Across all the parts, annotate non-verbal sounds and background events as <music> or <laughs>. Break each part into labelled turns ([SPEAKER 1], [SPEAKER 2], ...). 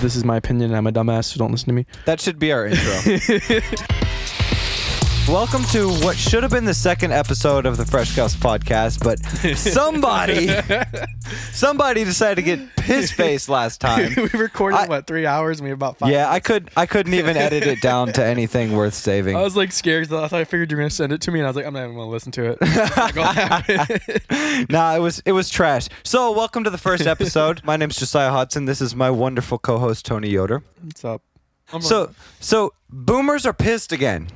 [SPEAKER 1] this is my opinion. I'm a dumbass, so don't listen to me.
[SPEAKER 2] That should be our intro. Welcome to what should have been the second episode of the Fresh Cuffs podcast, but somebody, somebody decided to get piss faced last time.
[SPEAKER 1] <laughs> we recorded
[SPEAKER 2] I-
[SPEAKER 1] what three hours, and we had about five.
[SPEAKER 2] Yeah, I could, I couldn't even edit it down to anything worth saving.
[SPEAKER 1] I was like scared. 'cause I thought I figured you were gonna send it to me, and I was like, I'm not even gonna listen
[SPEAKER 2] <laughs>
[SPEAKER 1] to it. "Oh, It's not gonna happen.
[SPEAKER 2] nah, it was, it was trash. So, welcome to the first episode. my name's Josiah Hodson. This is my wonderful co-host Tony Yoder.
[SPEAKER 1] <laughs> What's up? I'm
[SPEAKER 2] So, so boomers are pissed again.
[SPEAKER 1] like,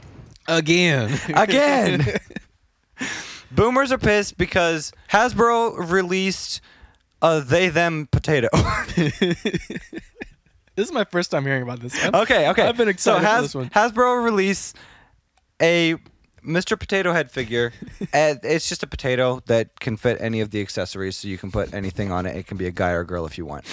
[SPEAKER 1] again,
[SPEAKER 2] again. <laughs> Boomers are pissed because Hasbro released a they them potato.
[SPEAKER 1] <laughs>
[SPEAKER 2] <laughs>
[SPEAKER 1] this is my first time hearing about this. I'm-
[SPEAKER 2] okay, okay.
[SPEAKER 1] I've been excited
[SPEAKER 2] so
[SPEAKER 1] for this one.
[SPEAKER 2] Hasbro released a Mr. Potato
[SPEAKER 1] <laughs>
[SPEAKER 2] Head figure. and it's just a potato that can fit any of the accessories, so you can put anything on it. It can be a guy or a girl if you want.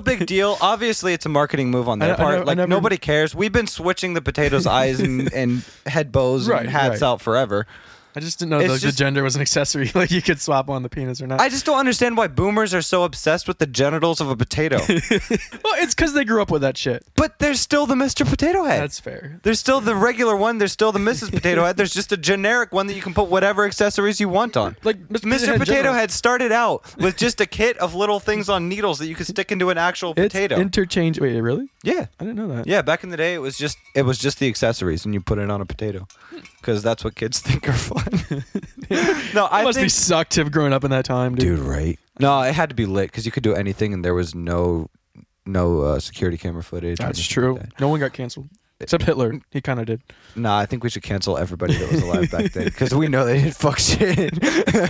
[SPEAKER 1] <laughs>
[SPEAKER 2] big deal. Obviously, it's a marketing move on
[SPEAKER 1] I-
[SPEAKER 2] their
[SPEAKER 1] I
[SPEAKER 2] part.
[SPEAKER 1] nev- I
[SPEAKER 2] like
[SPEAKER 1] never-
[SPEAKER 2] nobody cares. We've been switching the potato's eyes and, and head bows
[SPEAKER 1] Right,
[SPEAKER 2] and hats
[SPEAKER 1] right.
[SPEAKER 2] out forever.
[SPEAKER 1] I just didn't know
[SPEAKER 2] It's
[SPEAKER 1] the,
[SPEAKER 2] just-
[SPEAKER 1] the gender was an accessory. <laughs> Like you could swap on the penis or not.
[SPEAKER 2] I just don't understand why boomers are so obsessed with the genitals of a
[SPEAKER 1] <laughs>
[SPEAKER 2] potato.
[SPEAKER 1] well, it's because they grew up with that shit.
[SPEAKER 2] but they're still the Mr. Potato Head.
[SPEAKER 1] That's fair.
[SPEAKER 2] there's still the regular one. There's still the Mrs. Potato Head. There's just a generic one that you can put whatever accessories you
[SPEAKER 1] <laughs>
[SPEAKER 2] want on.
[SPEAKER 1] Like Mr.
[SPEAKER 2] Mr.
[SPEAKER 1] in
[SPEAKER 2] Potato
[SPEAKER 1] general.
[SPEAKER 2] Head started out with just a kit of little things on needles that you could stick into an actual
[SPEAKER 1] It's
[SPEAKER 2] potato.
[SPEAKER 1] interchange. Wait, really?
[SPEAKER 2] yeah.
[SPEAKER 1] I didn't know that.
[SPEAKER 2] Yeah, back in the day, it was just it was just the accessories, and you put it on a potato, because that's what kids <laughs> think
[SPEAKER 1] <laughs>
[SPEAKER 2] are fun. no,
[SPEAKER 1] I
[SPEAKER 2] I
[SPEAKER 1] must
[SPEAKER 2] think
[SPEAKER 1] be sucked to have grown up in that time, dude.
[SPEAKER 2] right? No, it had to be lit because you could do anything, and there was no no uh, security camera footage. or
[SPEAKER 1] That's
[SPEAKER 2] anything
[SPEAKER 1] true.
[SPEAKER 2] like that.
[SPEAKER 1] No one got canceled except Hitler. He kind of did.
[SPEAKER 2] Nah, I think we should cancel everybody that was alive back then because we know they did fuck shit.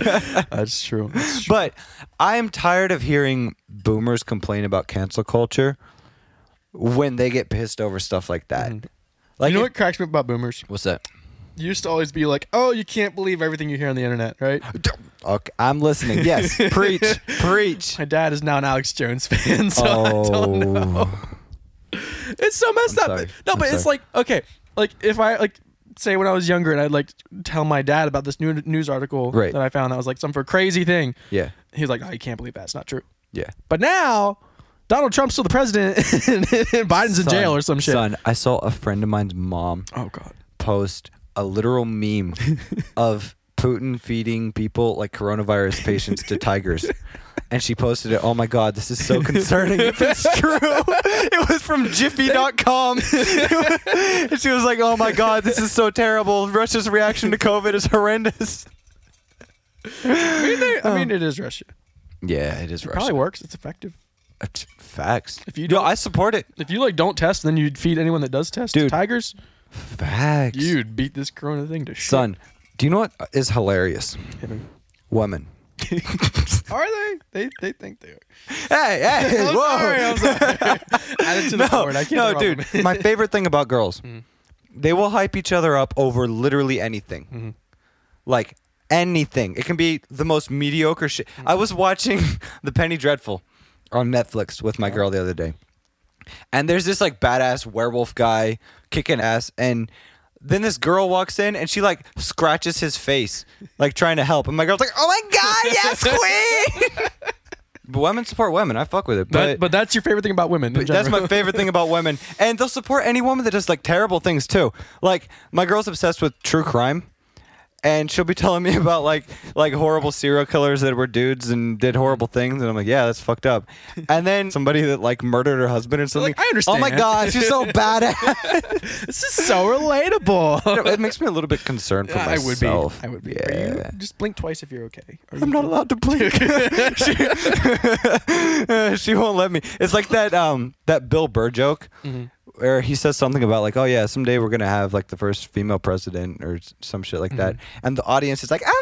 [SPEAKER 2] <laughs>
[SPEAKER 1] That's true. That's true.
[SPEAKER 2] but I am tired of hearing boomers complain about cancel culture when they get pissed over stuff like that.
[SPEAKER 1] Mhm.
[SPEAKER 2] Like,
[SPEAKER 1] you know
[SPEAKER 2] if-
[SPEAKER 1] what cracks me up about boomers?
[SPEAKER 2] what's that?
[SPEAKER 1] You used to always be like, "Oh, you can't believe everything you hear on the internet," right?
[SPEAKER 2] Okay, I'm listening.
[SPEAKER 1] <laughs>
[SPEAKER 2] Yes, preach, preach.
[SPEAKER 1] My dad is now an Alex Jones <laughs> fan, so I don't know.
[SPEAKER 2] Oh,
[SPEAKER 1] It's so messed
[SPEAKER 2] I'm
[SPEAKER 1] up.
[SPEAKER 2] sorry.
[SPEAKER 1] No,
[SPEAKER 2] I'm
[SPEAKER 1] but it's
[SPEAKER 2] sorry.
[SPEAKER 1] like okay, like if I like say when I was younger and I'd like tell my dad about this new news article
[SPEAKER 2] Right.
[SPEAKER 1] that I found that was like some for crazy thing.
[SPEAKER 2] yeah,
[SPEAKER 1] He's like, "Oh, you can't believe that's not true."
[SPEAKER 2] yeah.
[SPEAKER 1] But now Donald Trump's still the president <laughs> and Biden's in jail
[SPEAKER 2] Son,
[SPEAKER 1] or some shit.
[SPEAKER 2] Son, I saw a friend of mine's mom
[SPEAKER 1] Oh god.
[SPEAKER 2] post a literal <laughs> meme of Putin feeding people like coronavirus patients to tigers. And she posted it. Oh my God, this is so concerning. if <laughs> it's true, it was from <laughs> Jiffy.com. And she was like, "Oh my God, this is so terrible. Russia's reaction to COVID is horrendous."
[SPEAKER 1] I mean, they- I mean
[SPEAKER 2] Oh.
[SPEAKER 1] it is Russia.
[SPEAKER 2] Yeah, it is
[SPEAKER 1] Probably works. It's effective.
[SPEAKER 2] Facts.
[SPEAKER 1] If you
[SPEAKER 2] no,
[SPEAKER 1] don't-
[SPEAKER 2] I support it.
[SPEAKER 1] If you like don't test, then you'd feed anyone that does test to
[SPEAKER 2] Dude.
[SPEAKER 1] tigers.
[SPEAKER 2] Facts.
[SPEAKER 1] You'd beat this corona thing to shit.
[SPEAKER 2] son, do you know what is hilarious? Women.
[SPEAKER 1] Are they? They they think they are.
[SPEAKER 2] Hey, hey,
[SPEAKER 1] I'm
[SPEAKER 2] <laughs> whoa.
[SPEAKER 1] sorry, I'm sorry. Add it to the board. I can't
[SPEAKER 2] <laughs> no,
[SPEAKER 1] rob
[SPEAKER 2] dude.
[SPEAKER 1] them. Mm-hmm.
[SPEAKER 2] my favorite thing
[SPEAKER 1] <laughs>
[SPEAKER 2] about girls, they will hype each other up over literally anything,
[SPEAKER 1] Mm-hmm.
[SPEAKER 2] like anything. It can be the most mediocre shit.
[SPEAKER 1] Mm-hmm.
[SPEAKER 2] I was watching <laughs> The Penny Dreadful on Netflix with my girl the other day, and there's this like badass werewolf guy kicking ass, and then this girl walks in and she like scratches his face, like trying to help. And my girl's like, "Oh my god,
[SPEAKER 1] <laughs>
[SPEAKER 2] yes, queen!" <laughs> but women support women. I fuck with it.
[SPEAKER 1] That- but that's your favorite thing about women. in
[SPEAKER 2] But that's
[SPEAKER 1] general.
[SPEAKER 2] my favorite thing about women, and they'll support any woman that does like terrible things too. Like my girl's obsessed with true crime, and she'll be telling me <laughs> about like like horrible serial killers that were dudes and did horrible things, and I'm like, yeah, that's fucked up. And then somebody that like murdered her husband or something.
[SPEAKER 1] like, I understand.
[SPEAKER 2] Oh my god,
[SPEAKER 1] <laughs>
[SPEAKER 2] she's so badass.
[SPEAKER 1] <laughs>
[SPEAKER 2] <laughs>
[SPEAKER 1] This is so relatable.
[SPEAKER 2] it makes me a little bit concerned for
[SPEAKER 1] I would be.
[SPEAKER 2] myself.
[SPEAKER 1] I would be. Are you-
[SPEAKER 2] Yeah.
[SPEAKER 1] just blink twice if you're okay. Are you
[SPEAKER 2] I'm not
[SPEAKER 1] good?
[SPEAKER 2] allowed to blink. she, <laughs> she won't let me. It's like that um that Bill Burr joke where he says something about like, oh yeah, someday we're gonna have like the first female president or s- some shit like that, and the audience is like, oh my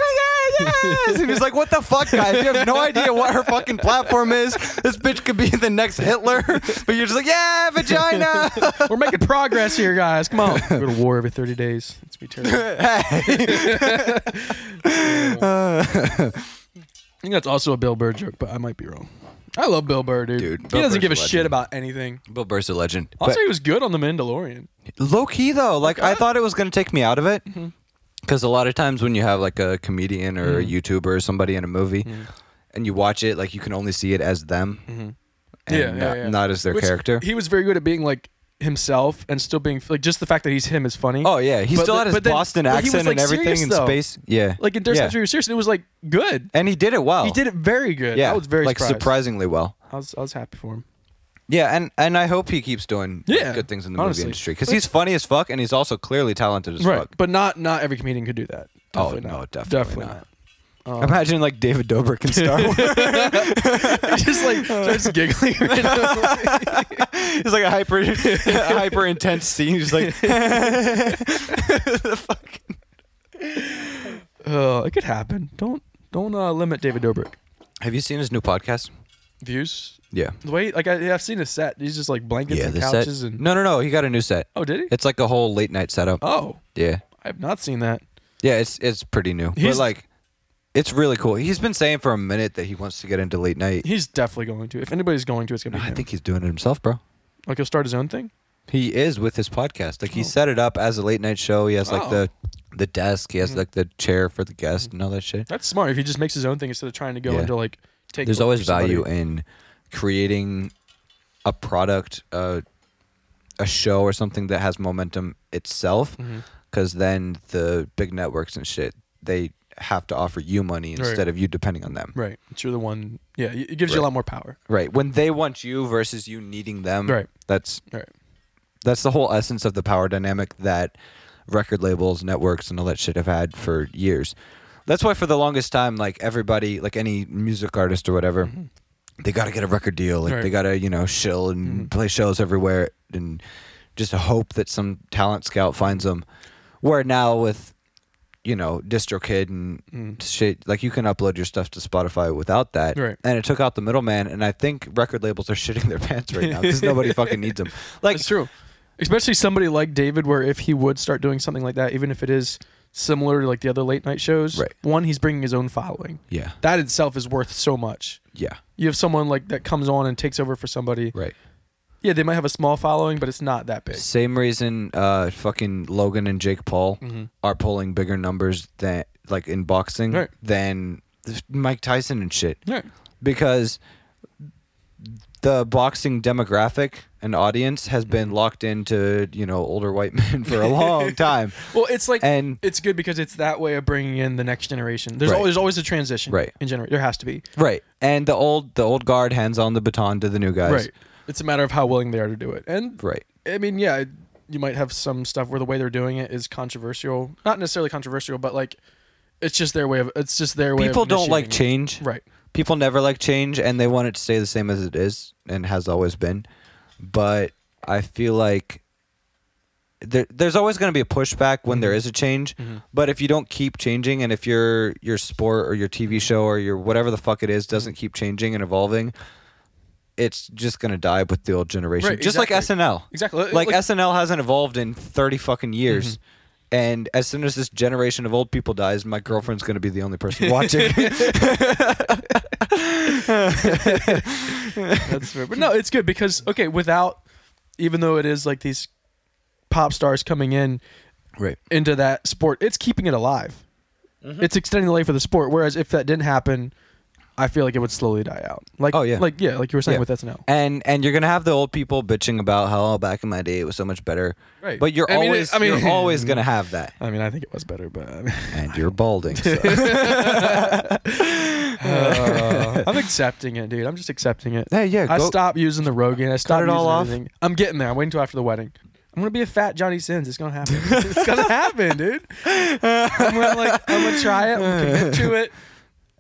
[SPEAKER 2] god, yes! and he's like, what the fuck, guys? You have no idea what her fucking platform is. This bitch could be the next Hitler, <laughs> but you're just like, yeah, vagina. <laughs>
[SPEAKER 1] We're making progress here, guys. Come on. Go to war every 30 days. It's be terrible.
[SPEAKER 2] <laughs>
[SPEAKER 1] I think that's also a Bill Burr joke, but I might be wrong. I love Bill Burr, dude.
[SPEAKER 2] Dude,
[SPEAKER 1] he
[SPEAKER 2] Bill
[SPEAKER 1] doesn't
[SPEAKER 2] Burr's
[SPEAKER 1] give a
[SPEAKER 2] a legend.
[SPEAKER 1] shit about anything.
[SPEAKER 2] Bill Burr's a legend.
[SPEAKER 1] Also, he was good on The Mandalorian.
[SPEAKER 2] low key though like i thought it was going to take me out of it
[SPEAKER 1] Mm-hmm.
[SPEAKER 2] because a lot of times when you have like a comedian or
[SPEAKER 1] Mm-hmm.
[SPEAKER 2] a youtuber or somebody in a movie and you watch it like you can only see it as them and
[SPEAKER 1] Mm-hmm. Yeah, yeah,
[SPEAKER 2] not,
[SPEAKER 1] yeah.
[SPEAKER 2] not as their
[SPEAKER 1] Which
[SPEAKER 2] character.
[SPEAKER 1] He was very good at being like himself and still being like just the fact that he's him is funny.
[SPEAKER 2] oh yeah, he
[SPEAKER 1] But
[SPEAKER 2] still
[SPEAKER 1] the-
[SPEAKER 2] had his
[SPEAKER 1] but then-
[SPEAKER 2] Boston
[SPEAKER 1] but he was,
[SPEAKER 2] accent
[SPEAKER 1] like,
[SPEAKER 2] and everything
[SPEAKER 1] serious,
[SPEAKER 2] in
[SPEAKER 1] though.
[SPEAKER 2] space. Yeah,
[SPEAKER 1] Like in Dare
[SPEAKER 2] Yeah.
[SPEAKER 1] yeah. Century Seriously, it was like good.
[SPEAKER 2] and he did it well.
[SPEAKER 1] He did it very good.
[SPEAKER 2] Yeah,
[SPEAKER 1] I was very
[SPEAKER 2] like
[SPEAKER 1] surprised.
[SPEAKER 2] surprisingly well.
[SPEAKER 1] I was I was happy for him.
[SPEAKER 2] Yeah, and and I hope he keeps doing
[SPEAKER 1] Yeah,
[SPEAKER 2] good things in the
[SPEAKER 1] honestly.
[SPEAKER 2] movie industry because he's funny as fuck and he's also clearly talented as
[SPEAKER 1] Right,
[SPEAKER 2] fuck.
[SPEAKER 1] but not not every comedian could do that.
[SPEAKER 2] Oh,
[SPEAKER 1] Definitely
[SPEAKER 2] no,
[SPEAKER 1] not.
[SPEAKER 2] definitely not.
[SPEAKER 1] not. Um,
[SPEAKER 2] Imagine like David Dobrik in
[SPEAKER 1] <laughs>
[SPEAKER 2] Star Wars.
[SPEAKER 1] Um, just like starts
[SPEAKER 2] <laughs>
[SPEAKER 1] giggling.
[SPEAKER 2] It's like a <laughs> hyper, a hyper intense scene. He's like, fuck.
[SPEAKER 1] Oh, it could happen. Don't don't uh, limit David Dobrik.
[SPEAKER 2] Have you seen his new podcast?
[SPEAKER 1] Views.
[SPEAKER 2] Yeah.
[SPEAKER 1] The way like I, I've seen his set. He's just like blankets and couches and.
[SPEAKER 2] no, no, no. He got a new set.
[SPEAKER 1] Oh, did he?
[SPEAKER 2] It's like a whole late night setup.
[SPEAKER 1] oh,
[SPEAKER 2] Yeah,
[SPEAKER 1] I have not seen that.
[SPEAKER 2] yeah. It's it's pretty new, but
[SPEAKER 1] He's-
[SPEAKER 2] like, it's really cool. He's been saying for a minute that he wants to get into late night.
[SPEAKER 1] He's definitely going to. If anybody's going to, it's gonna be
[SPEAKER 2] I
[SPEAKER 1] him.
[SPEAKER 2] think he's doing it himself, bro.
[SPEAKER 1] like he'll start his own thing.
[SPEAKER 2] He is with his podcast. Like he set it up as a late night show. He has like
[SPEAKER 1] Oh.
[SPEAKER 2] the the desk. He has like the chair for the guest and all that shit.
[SPEAKER 1] That's smart. If he just makes his own thing instead of trying to go
[SPEAKER 2] Yeah.
[SPEAKER 1] into like take.
[SPEAKER 2] There's
[SPEAKER 1] over
[SPEAKER 2] always
[SPEAKER 1] for somebody.
[SPEAKER 2] value in creating a product, uh, a show or something that has momentum itself,
[SPEAKER 1] Mm-hmm.
[SPEAKER 2] because then the big networks and shit they have to offer you money
[SPEAKER 1] Right.
[SPEAKER 2] instead of you depending on them.
[SPEAKER 1] Right. It's you're the one. Yeah. It gives you a
[SPEAKER 2] Right.
[SPEAKER 1] lot more power.
[SPEAKER 2] Right. When they want you versus you needing them.
[SPEAKER 1] Right.
[SPEAKER 2] That's
[SPEAKER 1] Right.
[SPEAKER 2] that's the whole essence of the power dynamic that record labels, networks, and all that shit have had for years. That's why for the longest time, like everybody, like any music artist or whatever, they got to get a record deal. Like
[SPEAKER 1] Mm-hmm. Right. Mm-hmm.
[SPEAKER 2] they got to you know shill and play shows everywhere and just hope that some talent scout finds them. Where now with you know DistroKid and shit, like you can upload your stuff to Spotify without that.
[SPEAKER 1] Mm. Right.
[SPEAKER 2] And it took out the middleman. And I think record labels are shitting their <laughs> pants right now because nobody fucking needs them. Like
[SPEAKER 1] It's true. Especially somebody like David, where if he would start doing something like that, even if it is similar to like the other late night shows,
[SPEAKER 2] Right.
[SPEAKER 1] one, he's bringing his own following.
[SPEAKER 2] yeah,
[SPEAKER 1] That itself is worth so much.
[SPEAKER 2] yeah,
[SPEAKER 1] You have someone like that comes on and takes over for somebody.
[SPEAKER 2] right.
[SPEAKER 1] Yeah, they might have a small following, but it's not that big.
[SPEAKER 2] <laughs> Same reason uh, fucking Logan and Jake Paul
[SPEAKER 1] Mm-hmm.
[SPEAKER 2] are pulling bigger numbers than like in boxing
[SPEAKER 1] Right.
[SPEAKER 2] than Mike Tyson and shit.
[SPEAKER 1] Right.
[SPEAKER 2] Because the boxing demographic and audience has
[SPEAKER 1] Mm-hmm.
[SPEAKER 2] been locked into, you know, older white <laughs> men for
[SPEAKER 1] <laughs>
[SPEAKER 2] a long time.
[SPEAKER 1] Well, it's like
[SPEAKER 2] And-
[SPEAKER 1] it's good because it's that way of bringing in the next generation. There's
[SPEAKER 2] Right.
[SPEAKER 1] always, there's always a transition.
[SPEAKER 2] Right.
[SPEAKER 1] In general, there has to be.
[SPEAKER 2] Right. And the old the old guard hands on the baton to the new guys.
[SPEAKER 1] Right. It's a matter of how willing they are to do it. And
[SPEAKER 2] Right.
[SPEAKER 1] I mean, yeah, you might have some stuff where the way they're doing it is controversial. Not necessarily controversial, but like it's just their way of it's just their way. of
[SPEAKER 2] People don't like
[SPEAKER 1] initiating
[SPEAKER 2] change.
[SPEAKER 1] it. Right.
[SPEAKER 2] People never like change and they want it to stay the same as it is and has always been. But I feel like there, there's always going to be a pushback when there is a change, but if you don't keep changing, and if your your sport or your TV show or your whatever the fuck it is doesn't keep changing and evolving, it's just going to die with the old generation.
[SPEAKER 1] Right,
[SPEAKER 2] just like
[SPEAKER 1] exactly. Uh,
[SPEAKER 2] SNL,
[SPEAKER 1] Exactly.
[SPEAKER 2] like, SNL hasn't evolved in 30 fucking years. And as soon as this generation of old people dies, my girlfriend's going to be the only person watching.
[SPEAKER 1] That's fair. But no, it's good because okay, without even though it is like these pop stars coming in
[SPEAKER 2] right.
[SPEAKER 1] into that sport, it's keeping it alive. It's extending the life of the sport. Whereas if that didn't happen, I feel like it would slowly die out. Like
[SPEAKER 2] Oh, yeah.
[SPEAKER 1] like yeah, like you were saying
[SPEAKER 2] Yeah.
[SPEAKER 1] with SNL.
[SPEAKER 2] And and you're going to have the old people bitching about how oh, back in my day it was so much better.
[SPEAKER 1] Right.
[SPEAKER 2] But you're
[SPEAKER 1] I mean, it-
[SPEAKER 2] always
[SPEAKER 1] I mean- <laughs>
[SPEAKER 2] you're always going to have that.
[SPEAKER 1] I mean, I think it was better, but I mean,
[SPEAKER 2] And you're
[SPEAKER 1] <laughs>
[SPEAKER 2] balding. So.
[SPEAKER 1] <laughs> Uh, I'm accepting it, dude. I'm just accepting it.
[SPEAKER 2] hey, yeah,
[SPEAKER 1] I
[SPEAKER 2] go,
[SPEAKER 1] stopped using the Rogan. I stopped
[SPEAKER 2] it all
[SPEAKER 1] using
[SPEAKER 2] off.
[SPEAKER 1] everything. I'm getting there. I'm waiting till after the wedding. I'm gonna be a fat Johnny Sins. It's gonna <laughs> happen. it's gonna happen, dude. I'm gonna like I'm gonna try it. I'm gonna commit to it.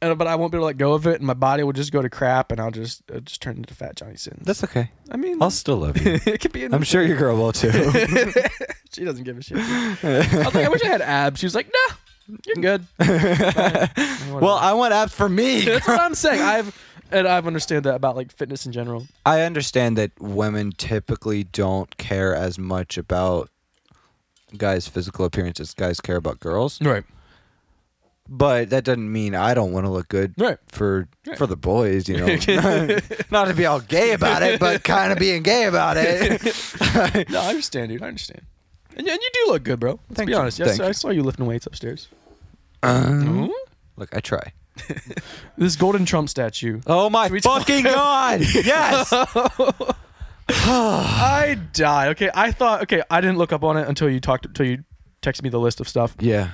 [SPEAKER 1] And, but I won't be able to let go of it, and my body will just go to crap, and I'll just I'll just turn into fat Johnny Sins.
[SPEAKER 2] That's okay.
[SPEAKER 1] I mean,
[SPEAKER 2] I'll still love you.
[SPEAKER 1] <laughs> it could be. In
[SPEAKER 2] I'm sure your girl will too.
[SPEAKER 1] <laughs> she doesn't give a shit. I <laughs> was like, I wish I had abs. She was like, No, you're <laughs> good.
[SPEAKER 2] well, I want apps for
[SPEAKER 1] <laughs>
[SPEAKER 2] me.
[SPEAKER 1] That's what I'm saying. I've and I've understood that about like fitness in general.
[SPEAKER 2] I understand that women typically don't care as much about guys' physical appearance as guys care about girls,
[SPEAKER 1] Right.
[SPEAKER 2] but that doesn't mean I don't want to look good
[SPEAKER 1] Right.
[SPEAKER 2] for for the boys, <laughs> you know. Not to be all gay about it, but kind of being gay about it. <laughs>
[SPEAKER 1] No, I understand, dude. I understand. And, and you do look good, bro. Let's
[SPEAKER 2] Thank
[SPEAKER 1] be
[SPEAKER 2] you.
[SPEAKER 1] honest.
[SPEAKER 2] Thank
[SPEAKER 1] Yes, I
[SPEAKER 2] you.
[SPEAKER 1] saw you lifting weights upstairs.
[SPEAKER 2] Um,
[SPEAKER 1] Ooh.
[SPEAKER 2] look, I try.
[SPEAKER 1] This golden Trump <laughs> statue.
[SPEAKER 2] Oh my
[SPEAKER 1] we talk-
[SPEAKER 2] fucking god! <laughs> Yes. <sighs>
[SPEAKER 1] I died. Okay, I thought. Okay, I didn't look up on it until you talked. Until you texted me the list of stuff,
[SPEAKER 2] yeah.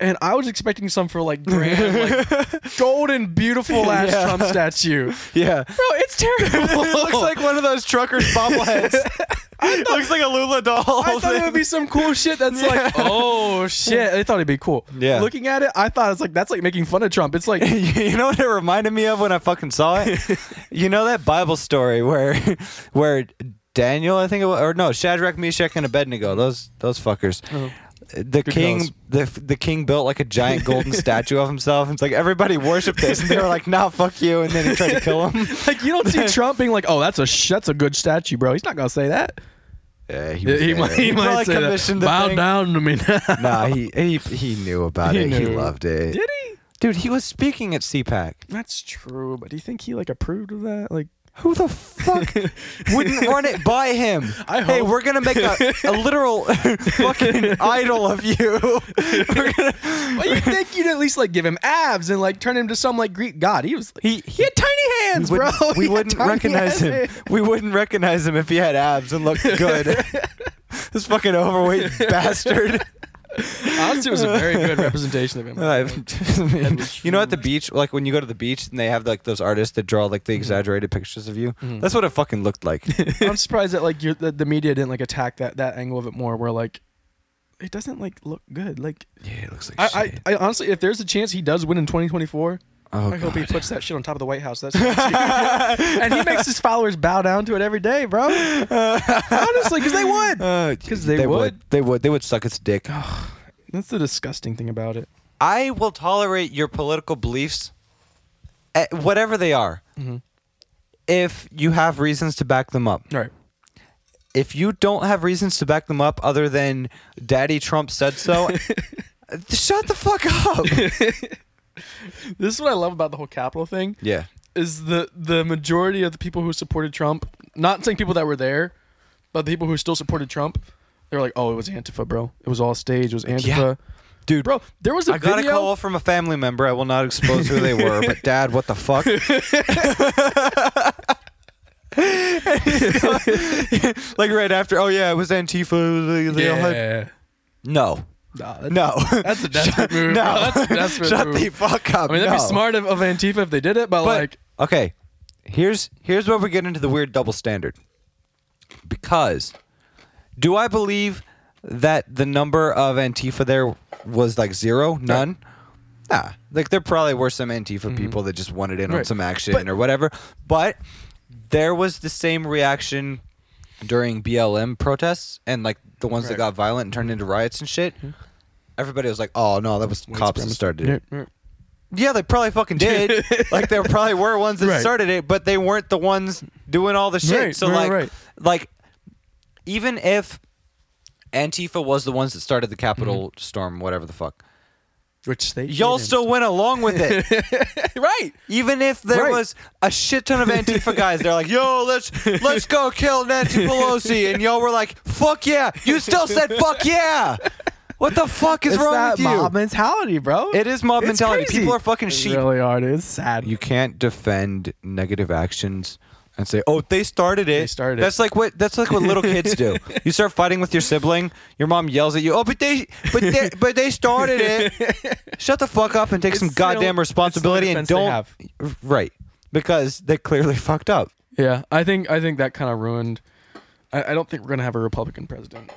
[SPEAKER 1] and I was expecting some for like grand,
[SPEAKER 2] <laughs>
[SPEAKER 1] like golden, beautiful ass
[SPEAKER 2] Yeah.
[SPEAKER 1] Trump statue.
[SPEAKER 2] Yeah. <laughs>
[SPEAKER 1] Bro, it's <laughs> terrible.
[SPEAKER 2] it looks like one of those truckers bobbleheads. <laughs> looks like a Lula doll.
[SPEAKER 1] I thought it would be some <laughs> cool shit that's like, oh shit. I thought it'd be cool.
[SPEAKER 2] Yeah.
[SPEAKER 1] Looking at it, I thought it's like that's like making fun of Trump. It's <laughs> like
[SPEAKER 2] <laughs> you know what it reminded me of when I fucking saw
[SPEAKER 1] <laughs>
[SPEAKER 2] it? you know that Bible story where <laughs> where Daniel, I think it was, or no, Shadrach, Meshach, and Abednego, those those fuckers.
[SPEAKER 1] Oh.
[SPEAKER 2] The king, the, the king built like a
[SPEAKER 1] <laughs>
[SPEAKER 2] giant golden statue of himself. And it's like everybody worshipped this, and they were like, "Nah, fuck you!" And then he tried to kill him.
[SPEAKER 1] <laughs> like you don't see Trump being like, oh, that's a sh- that's a good statue, bro. He's not gonna say that.
[SPEAKER 2] <laughs> Yeah,
[SPEAKER 1] He, he might, he might
[SPEAKER 2] probably
[SPEAKER 1] say that.
[SPEAKER 2] commissioned the
[SPEAKER 1] Bow
[SPEAKER 2] thing.
[SPEAKER 1] down to me now.
[SPEAKER 2] Nah, he, he he knew about
[SPEAKER 1] He
[SPEAKER 2] it. He
[SPEAKER 1] knew.
[SPEAKER 2] loved
[SPEAKER 1] <laughs>
[SPEAKER 2] it.
[SPEAKER 1] Did he?
[SPEAKER 2] Dude, he was speaking at CPAC.
[SPEAKER 1] That's true, but do you think he like approved of that? <laughs> Like,
[SPEAKER 2] Who the
[SPEAKER 1] <laughs>
[SPEAKER 2] fuck wouldn't run it by him?
[SPEAKER 1] I
[SPEAKER 2] Hey,
[SPEAKER 1] hope-
[SPEAKER 2] we're gonna make a,
[SPEAKER 1] <laughs>
[SPEAKER 2] a literal fucking idol of you. We're gonna-
[SPEAKER 1] but you think you'd at least like give him abs and like turn him to some like Greek god? He was like,
[SPEAKER 2] <laughs> he
[SPEAKER 1] he had tiny hands,
[SPEAKER 2] we wouldn't,
[SPEAKER 1] bro. <laughs>
[SPEAKER 2] we
[SPEAKER 1] He had
[SPEAKER 2] wouldn't
[SPEAKER 1] tiny
[SPEAKER 2] recognize
[SPEAKER 1] ass
[SPEAKER 2] him.
[SPEAKER 1] hands.
[SPEAKER 2] We wouldn't recognize him if he had abs
[SPEAKER 1] <laughs>
[SPEAKER 2] and looked good. this fucking overweight
[SPEAKER 1] <laughs>
[SPEAKER 2] bastard.
[SPEAKER 1] Honestly, it was a very good representation <laughs> of him.
[SPEAKER 2] Uh, <laughs> you know, at the beach, like when you go to the beach and they have like those artists that draw like the
[SPEAKER 1] Mm-hmm.
[SPEAKER 2] exaggerated pictures of you. That's what it fucking looked
[SPEAKER 1] <laughs>
[SPEAKER 2] like.
[SPEAKER 1] I'm surprised that like you the, the media didn't like attack that that angle of it more, where like it doesn't like look good. Like
[SPEAKER 2] yeah, it looks like
[SPEAKER 1] I, I, I honestly, if there's a chance he does win in 2024,
[SPEAKER 2] oh,
[SPEAKER 1] I hope he <laughs>
[SPEAKER 2] God.
[SPEAKER 1] puts that shit on top of the White House. That's <laughs> and he makes his followers bow down to it every day, bro. honestly, because they would.
[SPEAKER 2] because
[SPEAKER 1] 'Cause they would.
[SPEAKER 2] Uh, They would. They would suck its dick.
[SPEAKER 1] That's the disgusting thing about it.
[SPEAKER 2] I will tolerate your political beliefs, eh, whatever they are,
[SPEAKER 1] Mm-hmm.
[SPEAKER 2] if you have reasons to back them up.
[SPEAKER 1] Right.
[SPEAKER 2] If you don't have reasons to back them up other than Daddy Trump
[SPEAKER 1] <laughs>
[SPEAKER 2] said so, eh, shut the fuck up.
[SPEAKER 1] This is what I love about the whole Capitol thing.
[SPEAKER 2] yeah.
[SPEAKER 1] is the the majority of the people who supported Trump, not saying people that were there, but the people who still supported Trump, they were like, "Oh, it was Antifa, bro. It was all stage. It was Antifa,
[SPEAKER 2] Dude,
[SPEAKER 1] bro." There was a
[SPEAKER 2] I got
[SPEAKER 1] video.
[SPEAKER 2] a call from a family member. I will not expose who they were, but Dad, what the fuck? like right after, oh yeah, it was Antifa. They, they all had-
[SPEAKER 1] yeah,
[SPEAKER 2] No,
[SPEAKER 1] Nah, that's,
[SPEAKER 2] no,
[SPEAKER 1] that's a desperate move.
[SPEAKER 2] no.
[SPEAKER 1] bro. <laughs> that's a desperate
[SPEAKER 2] Shut
[SPEAKER 1] move.
[SPEAKER 2] the fuck up.
[SPEAKER 1] I mean, that'd
[SPEAKER 2] no.
[SPEAKER 1] be smart of, of Antifa if they did it, but,
[SPEAKER 2] But
[SPEAKER 1] like,
[SPEAKER 2] okay, here's here's where we get into the weird double standard. Because, do I believe that the number of Antifa there was like zero, none? Nah, like there probably were some Antifa people that just wanted in on
[SPEAKER 1] Mm-hmm. Right.
[SPEAKER 2] some action
[SPEAKER 1] But-
[SPEAKER 2] or whatever. But there was the same reaction during BLM protests and like the ones that
[SPEAKER 1] Right.
[SPEAKER 2] got violent and turned into riots and shit. Everybody was like, "Oh no, that was cops that
[SPEAKER 1] Mm-hmm. supremacy.
[SPEAKER 2] started it."
[SPEAKER 1] Yeah, yeah.
[SPEAKER 2] Yeah, they probably fucking did. like there probably were ones
[SPEAKER 1] <laughs>
[SPEAKER 2] that
[SPEAKER 1] Right.
[SPEAKER 2] started it, but they weren't the ones doing all the shit.
[SPEAKER 1] Right,
[SPEAKER 2] so
[SPEAKER 1] right,
[SPEAKER 2] like
[SPEAKER 1] right.
[SPEAKER 2] like even if Antifa was the ones that started the Capitol storm, whatever the fuck.
[SPEAKER 1] which they Mm-hmm.
[SPEAKER 2] Y'all
[SPEAKER 1] didn't.
[SPEAKER 2] still went along with it.
[SPEAKER 1] <laughs> right.
[SPEAKER 2] Even if there
[SPEAKER 1] Right.
[SPEAKER 2] was a shit ton of Antifa guys, they're like, yo, let's let's go kill Nancy Pelosi. And y'all were like, fuck yeah. You still said fuck yeah. What the fuck is
[SPEAKER 1] It's
[SPEAKER 2] wrong
[SPEAKER 1] that
[SPEAKER 2] with you?
[SPEAKER 1] mob mentality, bro.
[SPEAKER 2] It is mob
[SPEAKER 1] It's
[SPEAKER 2] mentality.
[SPEAKER 1] crazy.
[SPEAKER 2] People are fucking
[SPEAKER 1] It's
[SPEAKER 2] sheep.
[SPEAKER 1] Really hard. It's sad.
[SPEAKER 2] you can't defend negative actions and say, "Oh, they started it."
[SPEAKER 1] They started it.
[SPEAKER 2] That's like what that's like what little
[SPEAKER 1] <laughs>
[SPEAKER 2] kids do. You start fighting with your sibling, your mom yells at you, "Oh, but they, but they, but they
[SPEAKER 1] <laughs>
[SPEAKER 2] started it." Shut the fuck up and take
[SPEAKER 1] It's
[SPEAKER 2] some
[SPEAKER 1] the
[SPEAKER 2] goddamn
[SPEAKER 1] only-
[SPEAKER 2] responsibility and
[SPEAKER 1] it's the only
[SPEAKER 2] don't.
[SPEAKER 1] defense
[SPEAKER 2] Right, because they clearly fucked up.
[SPEAKER 1] yeah, I think I think that kind of ruined. I, I don't think we're gonna have a Republican president.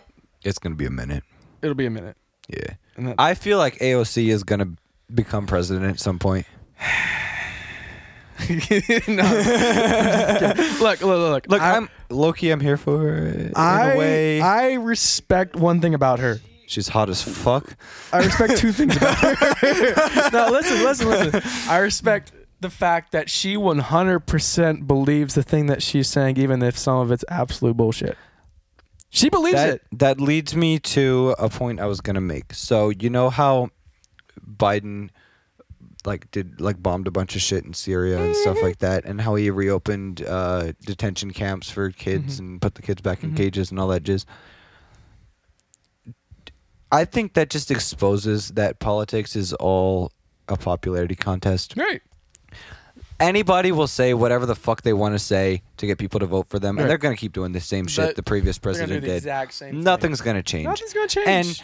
[SPEAKER 2] It's gonna be a minute.
[SPEAKER 1] It'll be a minute.
[SPEAKER 2] Yeah,
[SPEAKER 1] And that,
[SPEAKER 2] I feel like AOC is gonna become president at some point.
[SPEAKER 1] <laughs> No. I'm just
[SPEAKER 2] <laughs>
[SPEAKER 1] kidding. look, look, look,
[SPEAKER 2] Look,
[SPEAKER 1] I,
[SPEAKER 2] I, am Loki. I'm here for it.
[SPEAKER 1] I,
[SPEAKER 2] in a way.
[SPEAKER 1] I respect one thing about her.
[SPEAKER 2] She's hot as fuck.
[SPEAKER 1] I respect two things about her. <laughs> no, listen, listen, listen. I respect the fact that she 100% believes the thing that she's saying, even if some of it's absolute bullshit. She believes
[SPEAKER 2] that,
[SPEAKER 1] it.
[SPEAKER 2] That leads me to a point I was gonna make. So you know how Biden like did like bombed a bunch of shit in Syria and stuff like that, and how he reopened uh, detention camps for kids
[SPEAKER 1] Mm-hmm.
[SPEAKER 2] and put the kids back in cages and all that jizz. I think that just exposes that politics is all a popularity contest.
[SPEAKER 1] Right.
[SPEAKER 2] Anybody will say whatever the fuck they want to say to get people to vote for them,
[SPEAKER 1] Right.
[SPEAKER 2] and they're gonna keep doing the same shit
[SPEAKER 1] But
[SPEAKER 2] the previous
[SPEAKER 1] They're gonna do
[SPEAKER 2] president
[SPEAKER 1] the
[SPEAKER 2] did.
[SPEAKER 1] exact same. thing.
[SPEAKER 2] Nothing's gonna change.
[SPEAKER 1] Nothing's gonna change.
[SPEAKER 2] And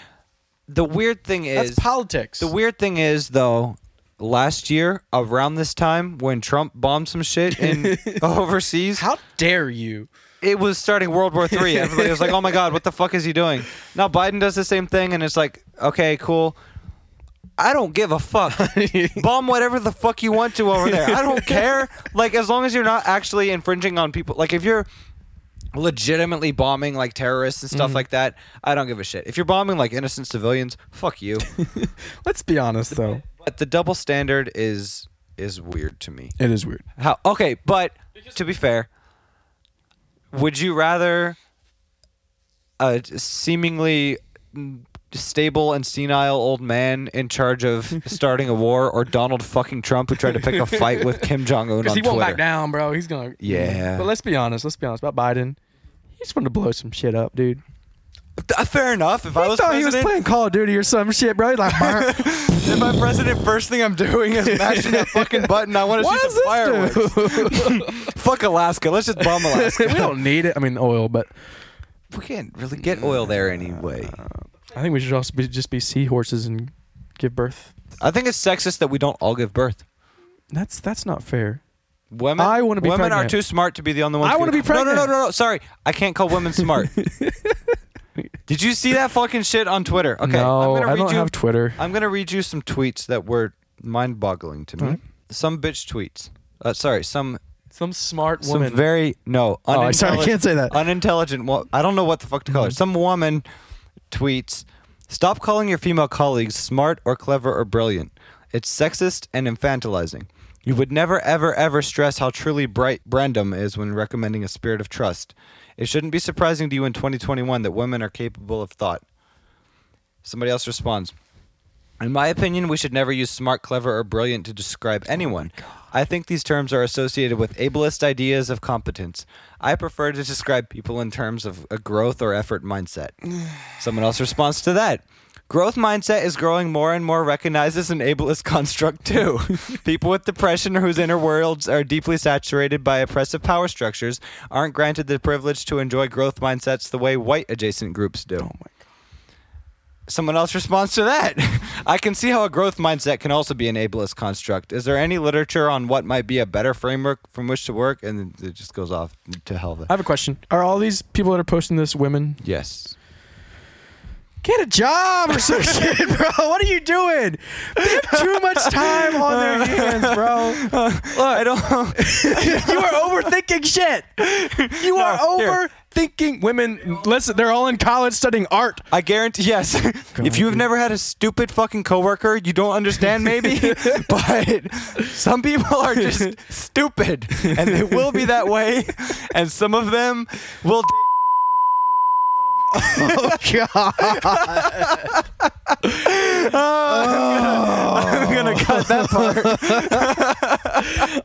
[SPEAKER 2] the weird thing
[SPEAKER 1] that's
[SPEAKER 2] is,
[SPEAKER 1] politics.
[SPEAKER 2] the weird thing is though, last year around this time when Trump bombed some
[SPEAKER 1] <laughs>
[SPEAKER 2] shit in overseas,
[SPEAKER 1] How dare you?
[SPEAKER 2] it was starting World War Three. Everybody was like, "Oh my God, what the fuck is he doing?" Now Biden does the same thing, and it's like, "Okay, cool. I don't give a fuck. Bomb whatever the fuck you want to over there. I don't care. Like as long as you're not actually infringing on people. Like if you're legitimately bombing like terrorists and stuff like that, I don't give a shit. If you're bombing like innocent civilians, fuck you.
[SPEAKER 1] Let's be honest though.
[SPEAKER 2] but the double standard is is weird to me.
[SPEAKER 1] It is weird.
[SPEAKER 2] How? Okay, but to be fair, would you rather a seemingly stable and senile old man in
[SPEAKER 1] <laughs>
[SPEAKER 2] charge of starting a war, or Donald fucking Trump who tried to pick a fight with Kim
[SPEAKER 1] <laughs>
[SPEAKER 2] Jong Un on
[SPEAKER 1] Because he
[SPEAKER 2] Twitter?
[SPEAKER 1] won't back down, bro. He's gonna.
[SPEAKER 2] Yeah.
[SPEAKER 1] But let's be honest. Let's be honest about Biden. He just wanted to blow some shit up, dude.
[SPEAKER 2] Uh, Fair enough. If I
[SPEAKER 1] I
[SPEAKER 2] was
[SPEAKER 1] thought he was
[SPEAKER 2] president,
[SPEAKER 1] playing Call of Duty or some shit, bro. He's like,
[SPEAKER 2] <laughs>
[SPEAKER 1] "Burr."
[SPEAKER 2] if I'm president, first thing I'm doing
[SPEAKER 1] <laughs>
[SPEAKER 2] is mashing that fucking button. I want to see
[SPEAKER 1] what
[SPEAKER 2] some
[SPEAKER 1] does this
[SPEAKER 2] fireworks.
[SPEAKER 1] do?
[SPEAKER 2] <laughs> Fuck Alaska. Let's
[SPEAKER 1] <laughs>
[SPEAKER 2] just bomb Alaska.
[SPEAKER 1] we don't need it. I mean, oil, but
[SPEAKER 2] We can't really get oil there anyway.
[SPEAKER 1] Uh, I think we should also be, just be seahorses and give birth.
[SPEAKER 2] I think it's sexist that we don't all give birth.
[SPEAKER 1] That's that's not fair.
[SPEAKER 2] Women,
[SPEAKER 1] I wanna be
[SPEAKER 2] women are
[SPEAKER 1] pregnant.
[SPEAKER 2] too smart to be the only ones.
[SPEAKER 1] I wanna
[SPEAKER 2] feeling-
[SPEAKER 1] be pregnant.
[SPEAKER 2] No, no, no, no, no. Sorry, I can't call
[SPEAKER 1] <laughs>
[SPEAKER 2] women smart. Did you see that fucking shit on Twitter? Okay,
[SPEAKER 1] no,
[SPEAKER 2] I'm gonna
[SPEAKER 1] I
[SPEAKER 2] read
[SPEAKER 1] don't
[SPEAKER 2] you.
[SPEAKER 1] have Twitter.
[SPEAKER 2] I'm gonna read you some tweets that were mind-boggling to me.
[SPEAKER 1] Alright.
[SPEAKER 2] Some bitch tweets. Uh, sorry, some
[SPEAKER 1] Some smart
[SPEAKER 2] some very no.
[SPEAKER 1] Oh, I- sorry, I
[SPEAKER 2] unintellig-
[SPEAKER 1] can't say that. Mm-hmm.
[SPEAKER 2] Unintelligent. Well, I don't know what the fuck to call her. Some woman tweets, "Stop calling your female colleagues smart or clever or brilliant. It's sexist and infantilizing. You would never, ever, ever stress how truly bright Brandom is when recommending a spirit of trust. It shouldn't be surprising to you in 2021 that women are capable of thought." Somebody else responds. In my opinion, we should never use smart, clever, or brilliant to describe anyone. I think these terms are associated with ableist ideas of competence. I prefer to describe people in terms of a growth or effort mindset. Someone else responds to that. Growth mindset is growing more and more recognized as an ableist <laughs> construct, too. People with depression or whose inner worlds are deeply saturated by oppressive power structures aren't granted the privilege to enjoy growth mindsets the way white adjacent groups
[SPEAKER 1] oh
[SPEAKER 2] do. Someone else responds to that. <laughs> I can see how a growth mindset can also be an ableist construct. Is there any literature on what might be a better framework from which to work? And then it just goes off to hell.
[SPEAKER 1] I have a question. Are all these people that are posting this women?
[SPEAKER 2] yes.
[SPEAKER 1] Get a job or <laughs> some shit, bro. What are you doing? They have too much time on <laughs> their hands, bro.
[SPEAKER 2] Look, I don't.
[SPEAKER 1] You are overthinking shit. You are
[SPEAKER 2] No, here.
[SPEAKER 1] overthinking women. Listen, they're all in college studying art.
[SPEAKER 2] I guarantee. Yes. <laughs> if you've never had a stupid fucking coworker, you don't understand <laughs> maybe. but some people are <laughs> just stupid, and they will be that way. And some of them will. <laughs>
[SPEAKER 1] Oh God.
[SPEAKER 2] I'm gonna cut that part.
[SPEAKER 1] <laughs>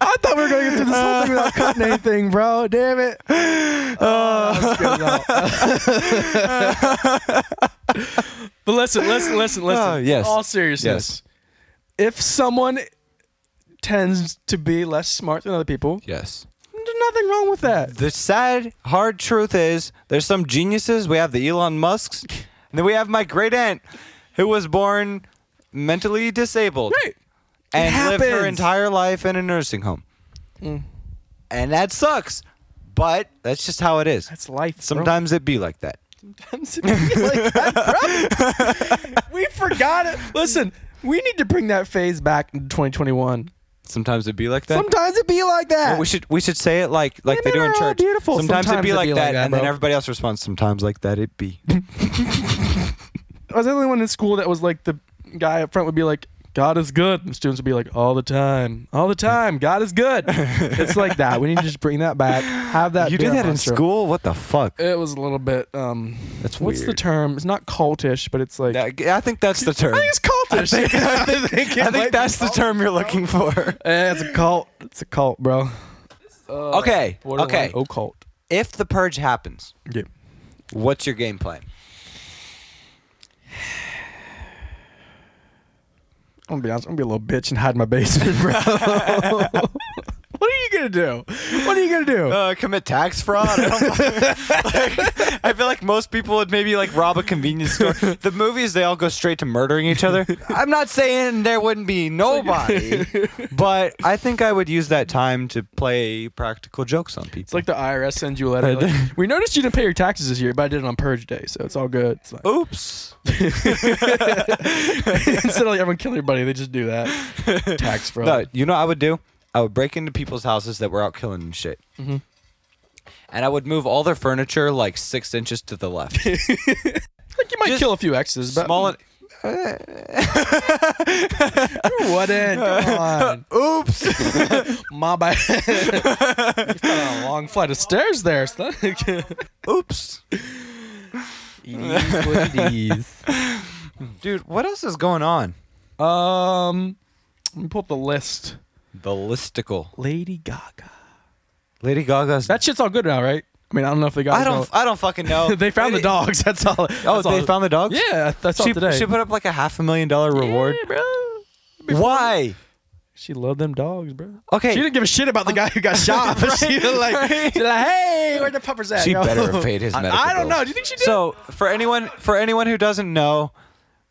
[SPEAKER 1] I thought we were going to get through this whole thing without cutting anything, bro. Damn it. Oh, let's get it out. <laughs> but listen, listen, listen, listen.
[SPEAKER 2] Oh, yes.
[SPEAKER 1] All seriousness. If someone tends to be less smart than other people,
[SPEAKER 2] Yes.
[SPEAKER 1] there's nothing wrong with that.
[SPEAKER 2] the sad, hard truth is there's some geniuses. We have the Elon Musks, and then we have my great aunt, who was born mentally disabled
[SPEAKER 1] Right.
[SPEAKER 2] and lived her
[SPEAKER 1] happens.
[SPEAKER 2] entire life in a nursing home. And that sucks, but that's just how it is.
[SPEAKER 1] That's life. bro.
[SPEAKER 2] Sometimes it be like that.
[SPEAKER 1] Sometimes <laughs> it be like that, bro. we forgot it. Listen, we need to bring that phase back in 2021.
[SPEAKER 2] Sometimes it be like that.
[SPEAKER 1] Sometimes it be like that.
[SPEAKER 2] Well, we should we should say it like like they
[SPEAKER 1] Women
[SPEAKER 2] do in
[SPEAKER 1] are all
[SPEAKER 2] church.
[SPEAKER 1] beautiful.
[SPEAKER 2] Sometimes, it
[SPEAKER 1] Sometimes
[SPEAKER 2] be like that, and then
[SPEAKER 1] bro.
[SPEAKER 2] everybody else responds. Sometimes like that
[SPEAKER 1] <laughs>
[SPEAKER 2] it be.
[SPEAKER 1] I was the only one in school that was like the guy up front would be like, "God is good," and students would be like, "All the time, all the time, God is good." <laughs> it's like that. We need to just bring that back. Have that.
[SPEAKER 2] you
[SPEAKER 1] be
[SPEAKER 2] do
[SPEAKER 1] our
[SPEAKER 2] that in
[SPEAKER 1] mantra.
[SPEAKER 2] school? What the fuck?
[SPEAKER 1] It was a little bit. Um,
[SPEAKER 2] That's
[SPEAKER 1] what's the
[SPEAKER 2] weird.
[SPEAKER 1] term? It's not cultish, but it's like.
[SPEAKER 2] Yeah, I think that's the term.
[SPEAKER 1] I think it's cultish. <laughs> I think, it
[SPEAKER 2] <laughs> I
[SPEAKER 1] might be
[SPEAKER 2] think that's the
[SPEAKER 1] cult.
[SPEAKER 2] term you're looking for.
[SPEAKER 1] Eh, it's a cult. It's a cult, bro. Uh,
[SPEAKER 2] Okay,
[SPEAKER 1] borderline
[SPEAKER 2] okay.
[SPEAKER 1] Occult.
[SPEAKER 2] <laughs> If the purge happens,
[SPEAKER 1] Yeah.
[SPEAKER 2] what's your game plan?
[SPEAKER 1] I'm gonna be honest. I'm gonna be a little bitch and hide in my basement, bro. <laughs> what are you gonna do? What are you gonna do?
[SPEAKER 2] Uh, commit tax fraud. I, don't- <laughs> like, I feel like most people would maybe like rob a convenience <laughs> store. The movies they all go straight to murdering each <laughs> other. I'm not saying there wouldn't be nobody, <laughs> but I think I would use that time to play practical jokes on people.
[SPEAKER 1] it's like the IRS sends you a letter. <laughs> like, we noticed you didn't pay your taxes this year, but I did it on purge day, so it's all good. It's like,
[SPEAKER 2] oops.
[SPEAKER 1] <laughs> Instead of like everyone killing everybody, they just do that. <laughs> Tax fraud.
[SPEAKER 2] No, you know what I would do? I would break into people's houses that were out killing and shit.
[SPEAKER 1] Mm-hmm.
[SPEAKER 2] And I would move all their furniture like six inches to
[SPEAKER 1] <laughs>
[SPEAKER 2] the left.
[SPEAKER 1] like you might
[SPEAKER 2] just
[SPEAKER 1] kill a few exes, but
[SPEAKER 2] Small
[SPEAKER 1] <laughs>
[SPEAKER 2] and
[SPEAKER 1] what in? <laughs> Come on.
[SPEAKER 2] oops.
[SPEAKER 1] My <laughs> bad. It's not a long flight of stairs there. son.
[SPEAKER 2] <laughs> Oops. Dude, what else is going on?
[SPEAKER 1] um, let me pull up the list.
[SPEAKER 2] The listicle.
[SPEAKER 1] Lady Gaga.
[SPEAKER 2] Lady Gaga's.
[SPEAKER 1] That shit's all good now, right? I mean, I don't know if they got.
[SPEAKER 2] I don't. I don't fucking know.
[SPEAKER 1] <laughs> they found the
[SPEAKER 2] Lady-
[SPEAKER 1] dogs. That's all.
[SPEAKER 2] Oh,
[SPEAKER 1] that's all-
[SPEAKER 2] they found the dogs.
[SPEAKER 1] Yeah, that's all
[SPEAKER 2] She,
[SPEAKER 1] today.
[SPEAKER 2] she put up like a half a million dollar reward.
[SPEAKER 1] Yeah, bro.
[SPEAKER 2] Why?
[SPEAKER 1] She loved them dogs, bro.
[SPEAKER 2] Okay.
[SPEAKER 1] She didn't give a shit about the guy who
[SPEAKER 2] <laughs>
[SPEAKER 1] got shot. but she was like, she was like, hey, where the puppers at?
[SPEAKER 2] She
[SPEAKER 1] yo?"
[SPEAKER 2] better have paid his
[SPEAKER 1] <laughs> I-
[SPEAKER 2] medical
[SPEAKER 1] I don't
[SPEAKER 2] bills.
[SPEAKER 1] know. Do you think she did?
[SPEAKER 2] So for anyone for anyone who doesn't know,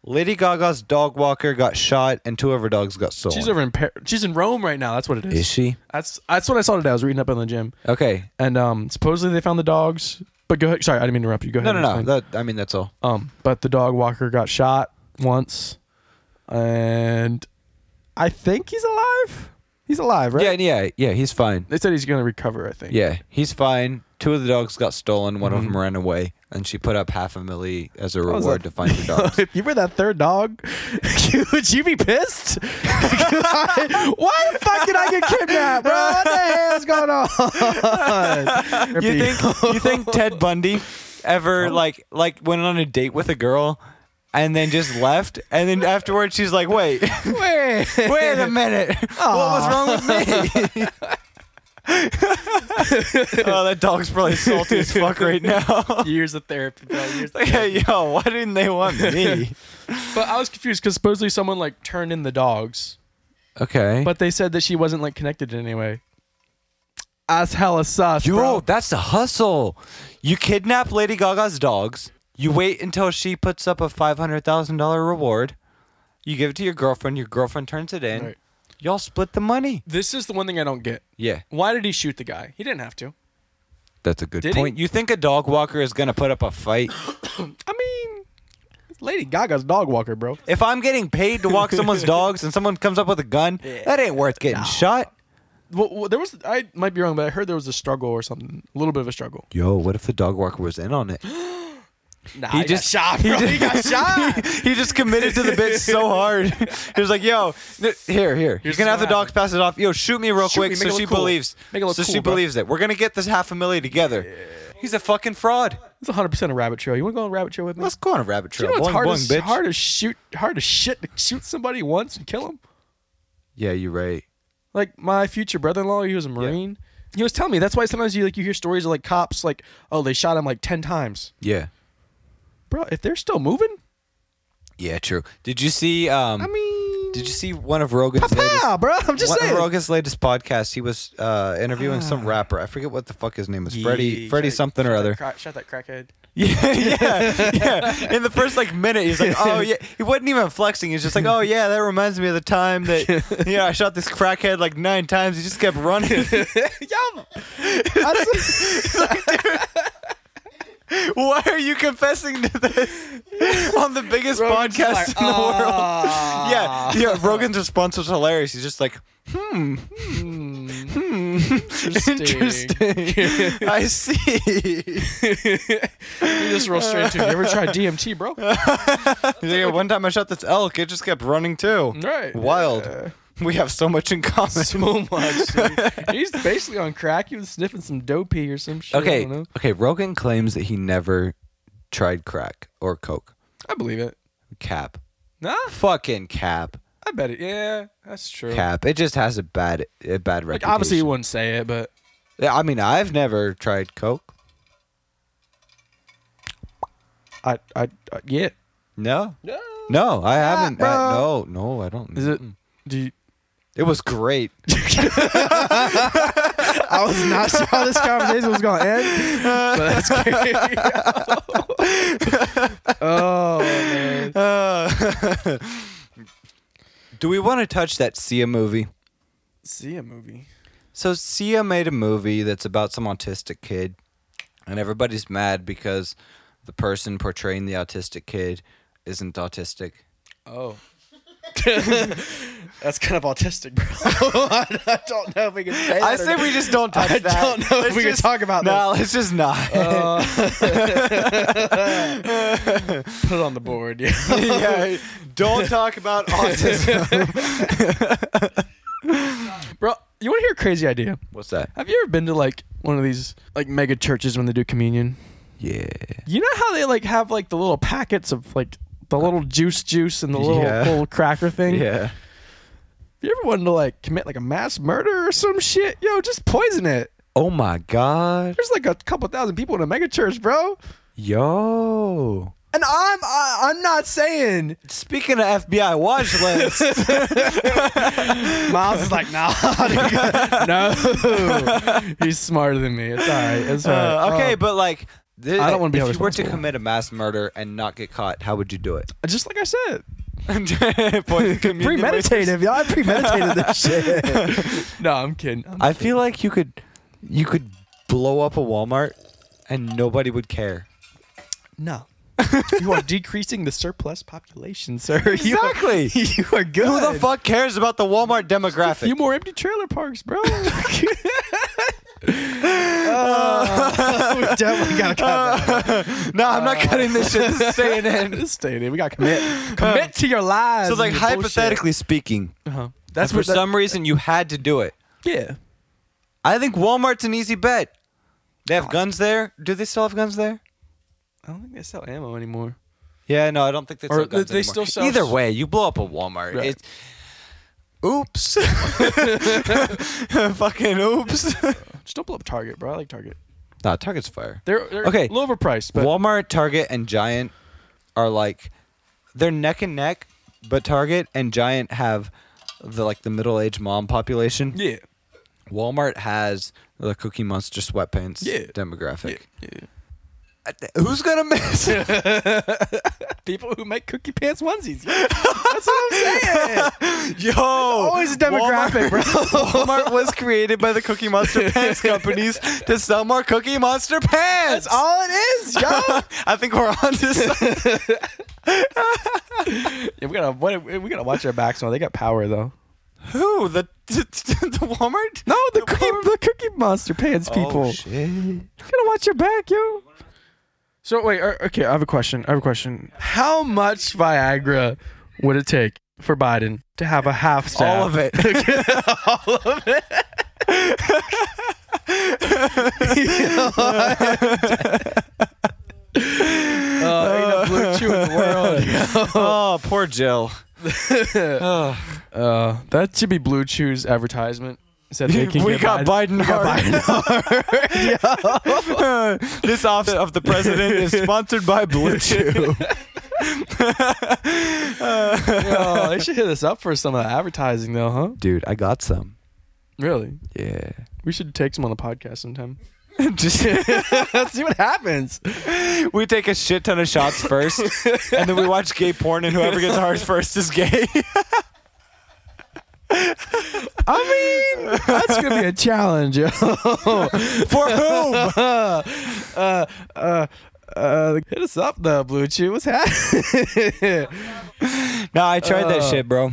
[SPEAKER 2] Lady Gaga's dog walker got shot and two of her dogs got stolen.
[SPEAKER 1] she's over in Par- she's in Rome right now. That's what it is.
[SPEAKER 2] Is she?
[SPEAKER 1] That's that's what I saw today. I was reading up on the gym,
[SPEAKER 2] Okay.
[SPEAKER 1] and um, supposedly they found the dogs. But go ahead. Sorry, I didn't mean to interrupt you. Go
[SPEAKER 2] No,
[SPEAKER 1] ahead.
[SPEAKER 2] no,
[SPEAKER 1] and
[SPEAKER 2] no.
[SPEAKER 1] explain.
[SPEAKER 2] That, I mean, that's all.
[SPEAKER 1] Um, but the dog walker got shot once, and I think he's alive. He's alive, right?
[SPEAKER 2] Yeah, yeah, yeah. He's fine.
[SPEAKER 1] They said he's gonna recover. I think.
[SPEAKER 2] Yeah, he's fine. Two of the dogs got stolen. One of them ran away, and she put up half a milli as Mm-hmm. a
[SPEAKER 1] I was
[SPEAKER 2] reward
[SPEAKER 1] like,
[SPEAKER 2] to find the dogs.
[SPEAKER 1] <laughs> if you were that third dog, <laughs> would you be pissed? <laughs> why, why the fuck did I get kidnapped, bro? What the hell's going <laughs> on?
[SPEAKER 2] <laughs> you think you think Ted Bundy <laughs> ever like like went on a date with a girl and then just left and then afterwards she's like, "Wait, <laughs>
[SPEAKER 1] Wait,
[SPEAKER 2] wait a minute. What was wrong with me?" <laughs> oh, that dog's probably salty as fuck right now.
[SPEAKER 1] <laughs>
[SPEAKER 2] <laughs>
[SPEAKER 1] years of therapy, bro. Years of
[SPEAKER 2] like, hey, yo, why didn't they want me?
[SPEAKER 1] But I was confused because supposedly someone like turned in the dogs,
[SPEAKER 2] <laughs> Okay.
[SPEAKER 1] but they said that she wasn't like connected in any way. That's hella sus,
[SPEAKER 2] Yo,
[SPEAKER 1] bro.
[SPEAKER 2] that's the hustle. You kidnap Lady Gaga's dogs. You wait until she puts up a five hundred thousand dollar reward. You give it to your girlfriend. Your girlfriend turns it in.
[SPEAKER 1] Right.
[SPEAKER 2] Y'all split the money.
[SPEAKER 1] This is the one thing I don't get.
[SPEAKER 2] Yeah,
[SPEAKER 1] Why did he shoot the guy? He didn't have to.
[SPEAKER 2] that's a good
[SPEAKER 1] Did he?
[SPEAKER 2] point. You think a dog walker is gonna put up a <laughs> fight?
[SPEAKER 1] I mean, it's Lady Gaga's dog walker, bro.
[SPEAKER 2] if I'm getting paid to walk <laughs> someone's dogs and someone comes up with a gun, that ain't worth getting shot.
[SPEAKER 1] Well, well, there was I might be wrong, but I heard there was a struggle or something, a little bit of a struggle.
[SPEAKER 2] Yo, what if the dog walker was in on it?
[SPEAKER 1] Nah,
[SPEAKER 2] He just-
[SPEAKER 1] shot. Bro. He, got
[SPEAKER 2] <laughs>
[SPEAKER 1] shot.
[SPEAKER 2] he just committed to the
[SPEAKER 1] <laughs>
[SPEAKER 2] bit so hard. he was like, "Yo, n- here, here. You're
[SPEAKER 1] Here's
[SPEAKER 2] gonna have the
[SPEAKER 1] what
[SPEAKER 2] dogs pass it off. Yo, shoot me real
[SPEAKER 1] Shoot
[SPEAKER 2] quick,
[SPEAKER 1] me, make
[SPEAKER 2] so
[SPEAKER 1] it look
[SPEAKER 2] she
[SPEAKER 1] cool.
[SPEAKER 2] believes.
[SPEAKER 1] Make it look
[SPEAKER 2] so she
[SPEAKER 1] cool, bro.
[SPEAKER 2] believes it. We're gonna get this half a million together. He's a fucking fraud.
[SPEAKER 1] It's 100 percent a rabbit trail. You want to go on a rabbit trail with me?
[SPEAKER 2] Let's go on a rabbit
[SPEAKER 1] you
[SPEAKER 2] trail.
[SPEAKER 1] know it's
[SPEAKER 2] Boing,
[SPEAKER 1] hard,
[SPEAKER 2] boing,
[SPEAKER 1] as,
[SPEAKER 2] bitch.
[SPEAKER 1] hard as shoot, hard as shit to shoot somebody once and kill him.
[SPEAKER 2] Yeah, you're right.
[SPEAKER 1] Like my future brother-in-law, he was a marine. He was telling me that's why sometimes you like you hear stories of like cops like, oh, they shot him like 10 times,
[SPEAKER 2] Yeah,
[SPEAKER 1] bro. If they're still moving,
[SPEAKER 2] yeah, true. Did you see? Um,
[SPEAKER 1] I mean,
[SPEAKER 2] did you see one of Rogan's
[SPEAKER 1] yeah,
[SPEAKER 2] latest?
[SPEAKER 1] bro. I'm just
[SPEAKER 2] one
[SPEAKER 1] saying. Ah.
[SPEAKER 2] of Rogan's latest podcast, he was uh, interviewing some rapper. I forget what the fuck his name was. Freddie,
[SPEAKER 1] Yeah,
[SPEAKER 2] Freddie
[SPEAKER 1] shut-
[SPEAKER 2] something
[SPEAKER 1] shut
[SPEAKER 2] or
[SPEAKER 1] that
[SPEAKER 2] other.
[SPEAKER 1] crack- shut that crackhead.
[SPEAKER 2] <laughs> Yeah, yeah, yeah. In the first like minute,
[SPEAKER 1] <laughs>
[SPEAKER 2] he's like, "Oh yeah," he wasn't even flexing. He's just like, "Oh yeah," that reminds me of the time that
[SPEAKER 1] <laughs>
[SPEAKER 2] you know I shot this crackhead like nine times. He just kept
[SPEAKER 1] <laughs>
[SPEAKER 2] running.
[SPEAKER 1] Yo, that's-
[SPEAKER 2] Why are you confessing to this on the biggest
[SPEAKER 1] Rogan's
[SPEAKER 2] podcast
[SPEAKER 1] like,
[SPEAKER 2] in the world?
[SPEAKER 1] "Ah."
[SPEAKER 2] Yeah, yeah. Rogan's response was hilarious. He's just like,
[SPEAKER 1] Hmm. <laughs>
[SPEAKER 2] "Interesting. I see."
[SPEAKER 1] you just roll straight into it. You ever tried DMT, <laughs> bro?
[SPEAKER 2] He's like, "Yeah, one time I shot this elk. It just kept running too.
[SPEAKER 1] <laughs> Right.
[SPEAKER 2] Wild.
[SPEAKER 1] Yeah.
[SPEAKER 2] We have so much in common." <laughs>
[SPEAKER 1] So much. dude. He's basically on crack. He was sniffing some dopey or some shit. I,
[SPEAKER 2] Okay.
[SPEAKER 1] don't know.
[SPEAKER 2] Okay. Rogan claims that he never tried crack or coke.
[SPEAKER 1] I believe it.
[SPEAKER 2] Cap.
[SPEAKER 1] Nah,
[SPEAKER 2] Fucking cap.
[SPEAKER 1] I bet it. Yeah, that's true.
[SPEAKER 2] Cap. It just has a bad, a bad
[SPEAKER 1] Like
[SPEAKER 2] reputation.
[SPEAKER 1] obviously you wouldn't say it, but
[SPEAKER 2] I mean, I've never tried coke.
[SPEAKER 1] I, I, I yeah.
[SPEAKER 2] No.
[SPEAKER 1] No,
[SPEAKER 2] No, I haven't.
[SPEAKER 1] bro.
[SPEAKER 2] I- no, no, I don't.
[SPEAKER 1] Is it? Do you,
[SPEAKER 2] It
[SPEAKER 1] <laughs>
[SPEAKER 2] was great.
[SPEAKER 1] I was not sure how this conversation was going to end, but that's great. <laughs> oh man,
[SPEAKER 2] Uh, Do we want to touch that Sia movie?
[SPEAKER 1] see a movie.
[SPEAKER 2] So Sia made a movie that's about some autistic kid, and everybody's mad because the person portraying the autistic kid isn't autistic.
[SPEAKER 1] Oh. <laughs> That's kind of autistic, bro.
[SPEAKER 3] <laughs>
[SPEAKER 1] I don't know if we can say that.
[SPEAKER 2] <laughs> I
[SPEAKER 1] or
[SPEAKER 2] say
[SPEAKER 1] not.
[SPEAKER 2] we just don't touch
[SPEAKER 1] I
[SPEAKER 2] that.
[SPEAKER 1] don't know if
[SPEAKER 2] Let's
[SPEAKER 1] we can
[SPEAKER 2] just-
[SPEAKER 1] talk about
[SPEAKER 2] No, let's just not.
[SPEAKER 1] Uh, put it on the board. Yeah. <laughs>
[SPEAKER 2] <laughs> <laughs> yeah, don't talk
[SPEAKER 3] <laughs>
[SPEAKER 2] about autism.
[SPEAKER 1] Bro, you want to hear a crazy idea?
[SPEAKER 2] What's that?
[SPEAKER 1] Have you ever been to like one of these like mega churches when they do communion?
[SPEAKER 2] Yeah.
[SPEAKER 1] You know how they like have like the little packets of like the little juice juice and the little
[SPEAKER 2] Yeah.
[SPEAKER 1] little cracker <laughs> thing?
[SPEAKER 2] Yeah.
[SPEAKER 1] If you ever wanted to like commit like a mass murder or some shit, yo, just poison it.
[SPEAKER 2] Oh my god.
[SPEAKER 1] There's like a couple thousand people in a mega church, bro.
[SPEAKER 2] Yo.
[SPEAKER 1] And I'm I, I'm not
[SPEAKER 2] <laughs>
[SPEAKER 1] saying
[SPEAKER 2] Speaking of FBI watch <laughs> list,
[SPEAKER 1] Miles is like
[SPEAKER 2] <laughs>
[SPEAKER 1] nah, <laughs> no. He's smarter than me. It's all right. It's all right.
[SPEAKER 2] uh, okay,
[SPEAKER 1] Uh,
[SPEAKER 2] but like, th-
[SPEAKER 1] I don't wanna be held
[SPEAKER 2] If you were to
[SPEAKER 1] responsible.
[SPEAKER 2] commit a mass murder and not get caught, how would you do <laughs> it?
[SPEAKER 1] Uh, just like I said,
[SPEAKER 2] Premeditated. <laughs>
[SPEAKER 1] premeditated. Y'all premeditated this
[SPEAKER 2] <laughs>
[SPEAKER 1] shit. no, I'm kidding. I'm
[SPEAKER 2] I feel like you could, you could blow up a Walmart, and nobody would care. <laughs>
[SPEAKER 1] No. you are decreasing the surplus population, sir. <laughs> You are-
[SPEAKER 2] Exactly.
[SPEAKER 1] You are, good.
[SPEAKER 2] Who the fuck cares about the Walmart
[SPEAKER 1] A
[SPEAKER 2] demographic?
[SPEAKER 1] few more empty trailer parks, <laughs> bro. Uh, we definitely <laughs> gotta cut that.
[SPEAKER 2] no, I'm not cutting this shit. <laughs> This is staying in.
[SPEAKER 1] Uh, This staying in. We gotta commit. Commit to your lives.
[SPEAKER 2] So, like,
[SPEAKER 1] and your bullshit.
[SPEAKER 2] hypothetically speaking,
[SPEAKER 1] Uh-huh.
[SPEAKER 2] that's
[SPEAKER 1] That's
[SPEAKER 2] for
[SPEAKER 1] what that-
[SPEAKER 2] some reason you had to do it.
[SPEAKER 1] Yeah.
[SPEAKER 2] I think Walmart's an easy bet. They have guns there. Do they still have guns there?
[SPEAKER 1] I don't think they sell ammo anymore.
[SPEAKER 2] Yeah, no, I don't think they
[SPEAKER 1] Or
[SPEAKER 2] still. guns
[SPEAKER 1] they
[SPEAKER 2] anymore.
[SPEAKER 1] still sell-
[SPEAKER 2] Either way, you blow up a Walmart.
[SPEAKER 1] Right.
[SPEAKER 2] It's oops. <laughs> Fucking oops.
[SPEAKER 1] Just don't blow up Target, bro. I like Target.
[SPEAKER 2] <laughs> nah, Target's fire.
[SPEAKER 1] They're, they're
[SPEAKER 2] Okay.
[SPEAKER 1] a little overpriced, but
[SPEAKER 2] Walmart, Target, and Giant are like they're neck and neck, but Target and Giant have the like the middle aged mom population.
[SPEAKER 1] yeah.
[SPEAKER 2] Walmart has the Cookie Monster sweatpants
[SPEAKER 1] Yeah.
[SPEAKER 2] demographic.
[SPEAKER 1] yeah.
[SPEAKER 2] Who's gonna miss? it?
[SPEAKER 1] People who make cookie pants <laughs> onesies. That's what I'm <laughs> saying.
[SPEAKER 2] <laughs> Yo,
[SPEAKER 1] Always a demographic, bro. <laughs>
[SPEAKER 2] <laughs> Walmart was created by the Cookie <laughs> Monster Pants companies to sell more Cookie Monster pants.
[SPEAKER 1] That's all it is, yo.
[SPEAKER 2] <laughs> I think we're
[SPEAKER 1] <laughs>
[SPEAKER 2] on this.
[SPEAKER 1] yeah, we gotta what, we gotta watch our backs now. They got power though.
[SPEAKER 2] <laughs> Who the <laughs> the Walmart?
[SPEAKER 1] No, the cookie, the cookie monster pants people.
[SPEAKER 2] Oh, shit.
[SPEAKER 1] You gotta watch your back, yo. So wait, er, okay. I have a question. I have a question. How much Viagra would it take for Biden to have a half staff?
[SPEAKER 2] All of it.
[SPEAKER 1] All of it. Oh, ain't a blue chew in the world. yo.
[SPEAKER 2] <laughs> oh, poor Jill. Oh.
[SPEAKER 1] Uh, that should be Blue Chew's advertisement. Said <laughs> they can
[SPEAKER 2] we
[SPEAKER 1] get
[SPEAKER 2] got Biden.
[SPEAKER 1] Biden <laughs>
[SPEAKER 2] hard. <laughs> this office of the president is sponsored by Blue <laughs> Chew.
[SPEAKER 1] oh, they should hit us up for some of the advertising, though, huh?
[SPEAKER 2] Dude, I got some.
[SPEAKER 1] Really?
[SPEAKER 2] Yeah.
[SPEAKER 1] We should take some on the podcast <laughs> sometime.
[SPEAKER 2] Just
[SPEAKER 1] Let's see what happens.
[SPEAKER 2] we take a shit ton of shots first, and then we watch gay porn, and whoever gets ours first is gay.
[SPEAKER 1] I mean, that's gonna be a challenge. yo. <laughs>
[SPEAKER 2] <laughs> For whom?
[SPEAKER 1] uh, uh, uh, uh, hit us up, though, Blue Chew. What's happening? <laughs>
[SPEAKER 2] Nah, I tried that
[SPEAKER 1] Uh,
[SPEAKER 2] shit, bro.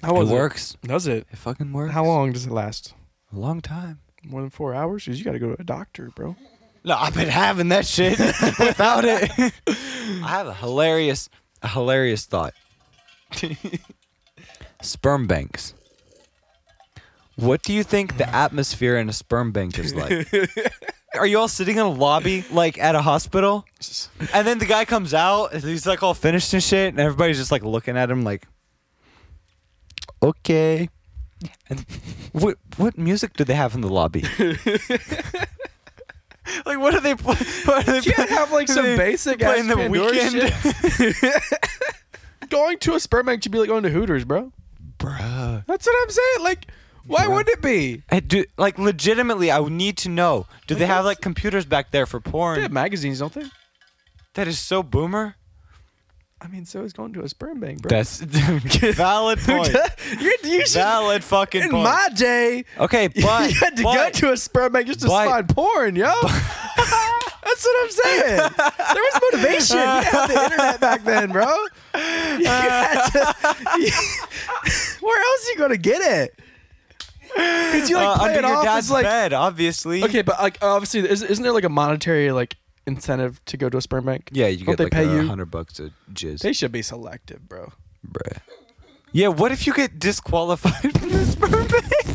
[SPEAKER 1] How was
[SPEAKER 2] it works.
[SPEAKER 1] Does it?
[SPEAKER 2] It fucking works.
[SPEAKER 1] How long does it last?
[SPEAKER 2] A long time.
[SPEAKER 1] More than four hours? Because you got to go to a doctor, bro.
[SPEAKER 2] No, I've been having that shit <laughs> without it. I have a hilarious, a hilarious <laughs> thought. sperm banks. What do you think the atmosphere in a sperm bank is <laughs> like? Are you all sitting in a lobby like at a hospital? And then the guy comes out, and he's like all finished and shit, and everybody's just like looking at him like, okay. And what what music do they have in
[SPEAKER 1] <laughs>
[SPEAKER 2] the lobby? like what are they? Play- what are they
[SPEAKER 1] You can't <laughs>
[SPEAKER 2] play-
[SPEAKER 1] have like some
[SPEAKER 2] they
[SPEAKER 1] basic ass
[SPEAKER 2] playing the
[SPEAKER 1] Pandora
[SPEAKER 2] weekend.
[SPEAKER 1] shit. <laughs> going to a sperm bank should be like going to Hooters, bro.
[SPEAKER 2] <laughs> bruh.
[SPEAKER 1] That's what I'm saying. Like, why wouldn't it be?
[SPEAKER 2] I do, like legitimately, I would need to know. Do they
[SPEAKER 1] that's-
[SPEAKER 2] have like computers back there for porn?
[SPEAKER 1] They have magazines, don't they?
[SPEAKER 2] That is so boomer.
[SPEAKER 1] I mean, so is going to a sperm bank, bro. <laughs>
[SPEAKER 2] That's valid point.
[SPEAKER 1] You're, you should, <laughs>
[SPEAKER 2] valid fucking
[SPEAKER 1] in
[SPEAKER 2] point.
[SPEAKER 1] my day, <laughs>
[SPEAKER 2] okay,
[SPEAKER 1] you
[SPEAKER 2] but
[SPEAKER 1] had to go
[SPEAKER 2] but-
[SPEAKER 1] to a sperm bank just to
[SPEAKER 2] but-
[SPEAKER 1] find porn, yo. <laughs> That's what I'm saying. There was motivation. We didn't have the internet back then, bro. You had to, <laughs> where else are you gonna get it? <laughs> Because you like
[SPEAKER 2] uh,
[SPEAKER 1] play
[SPEAKER 2] under
[SPEAKER 1] it
[SPEAKER 2] your
[SPEAKER 1] off
[SPEAKER 2] dad's
[SPEAKER 1] as like
[SPEAKER 2] bed, obviously.
[SPEAKER 1] Okay, but like obviously, there- isn't, isn't there like a monetary like incentive to go to a sperm bank?
[SPEAKER 2] Yeah, you
[SPEAKER 1] Don't
[SPEAKER 2] get
[SPEAKER 1] they
[SPEAKER 2] like
[SPEAKER 1] pay
[SPEAKER 2] a
[SPEAKER 1] you?
[SPEAKER 2] hundred bucks a jizz.
[SPEAKER 1] They should be selective, <laughs> bro.
[SPEAKER 2] Bruh. Yeah, what if you get disqualified <laughs> from the sperm bank?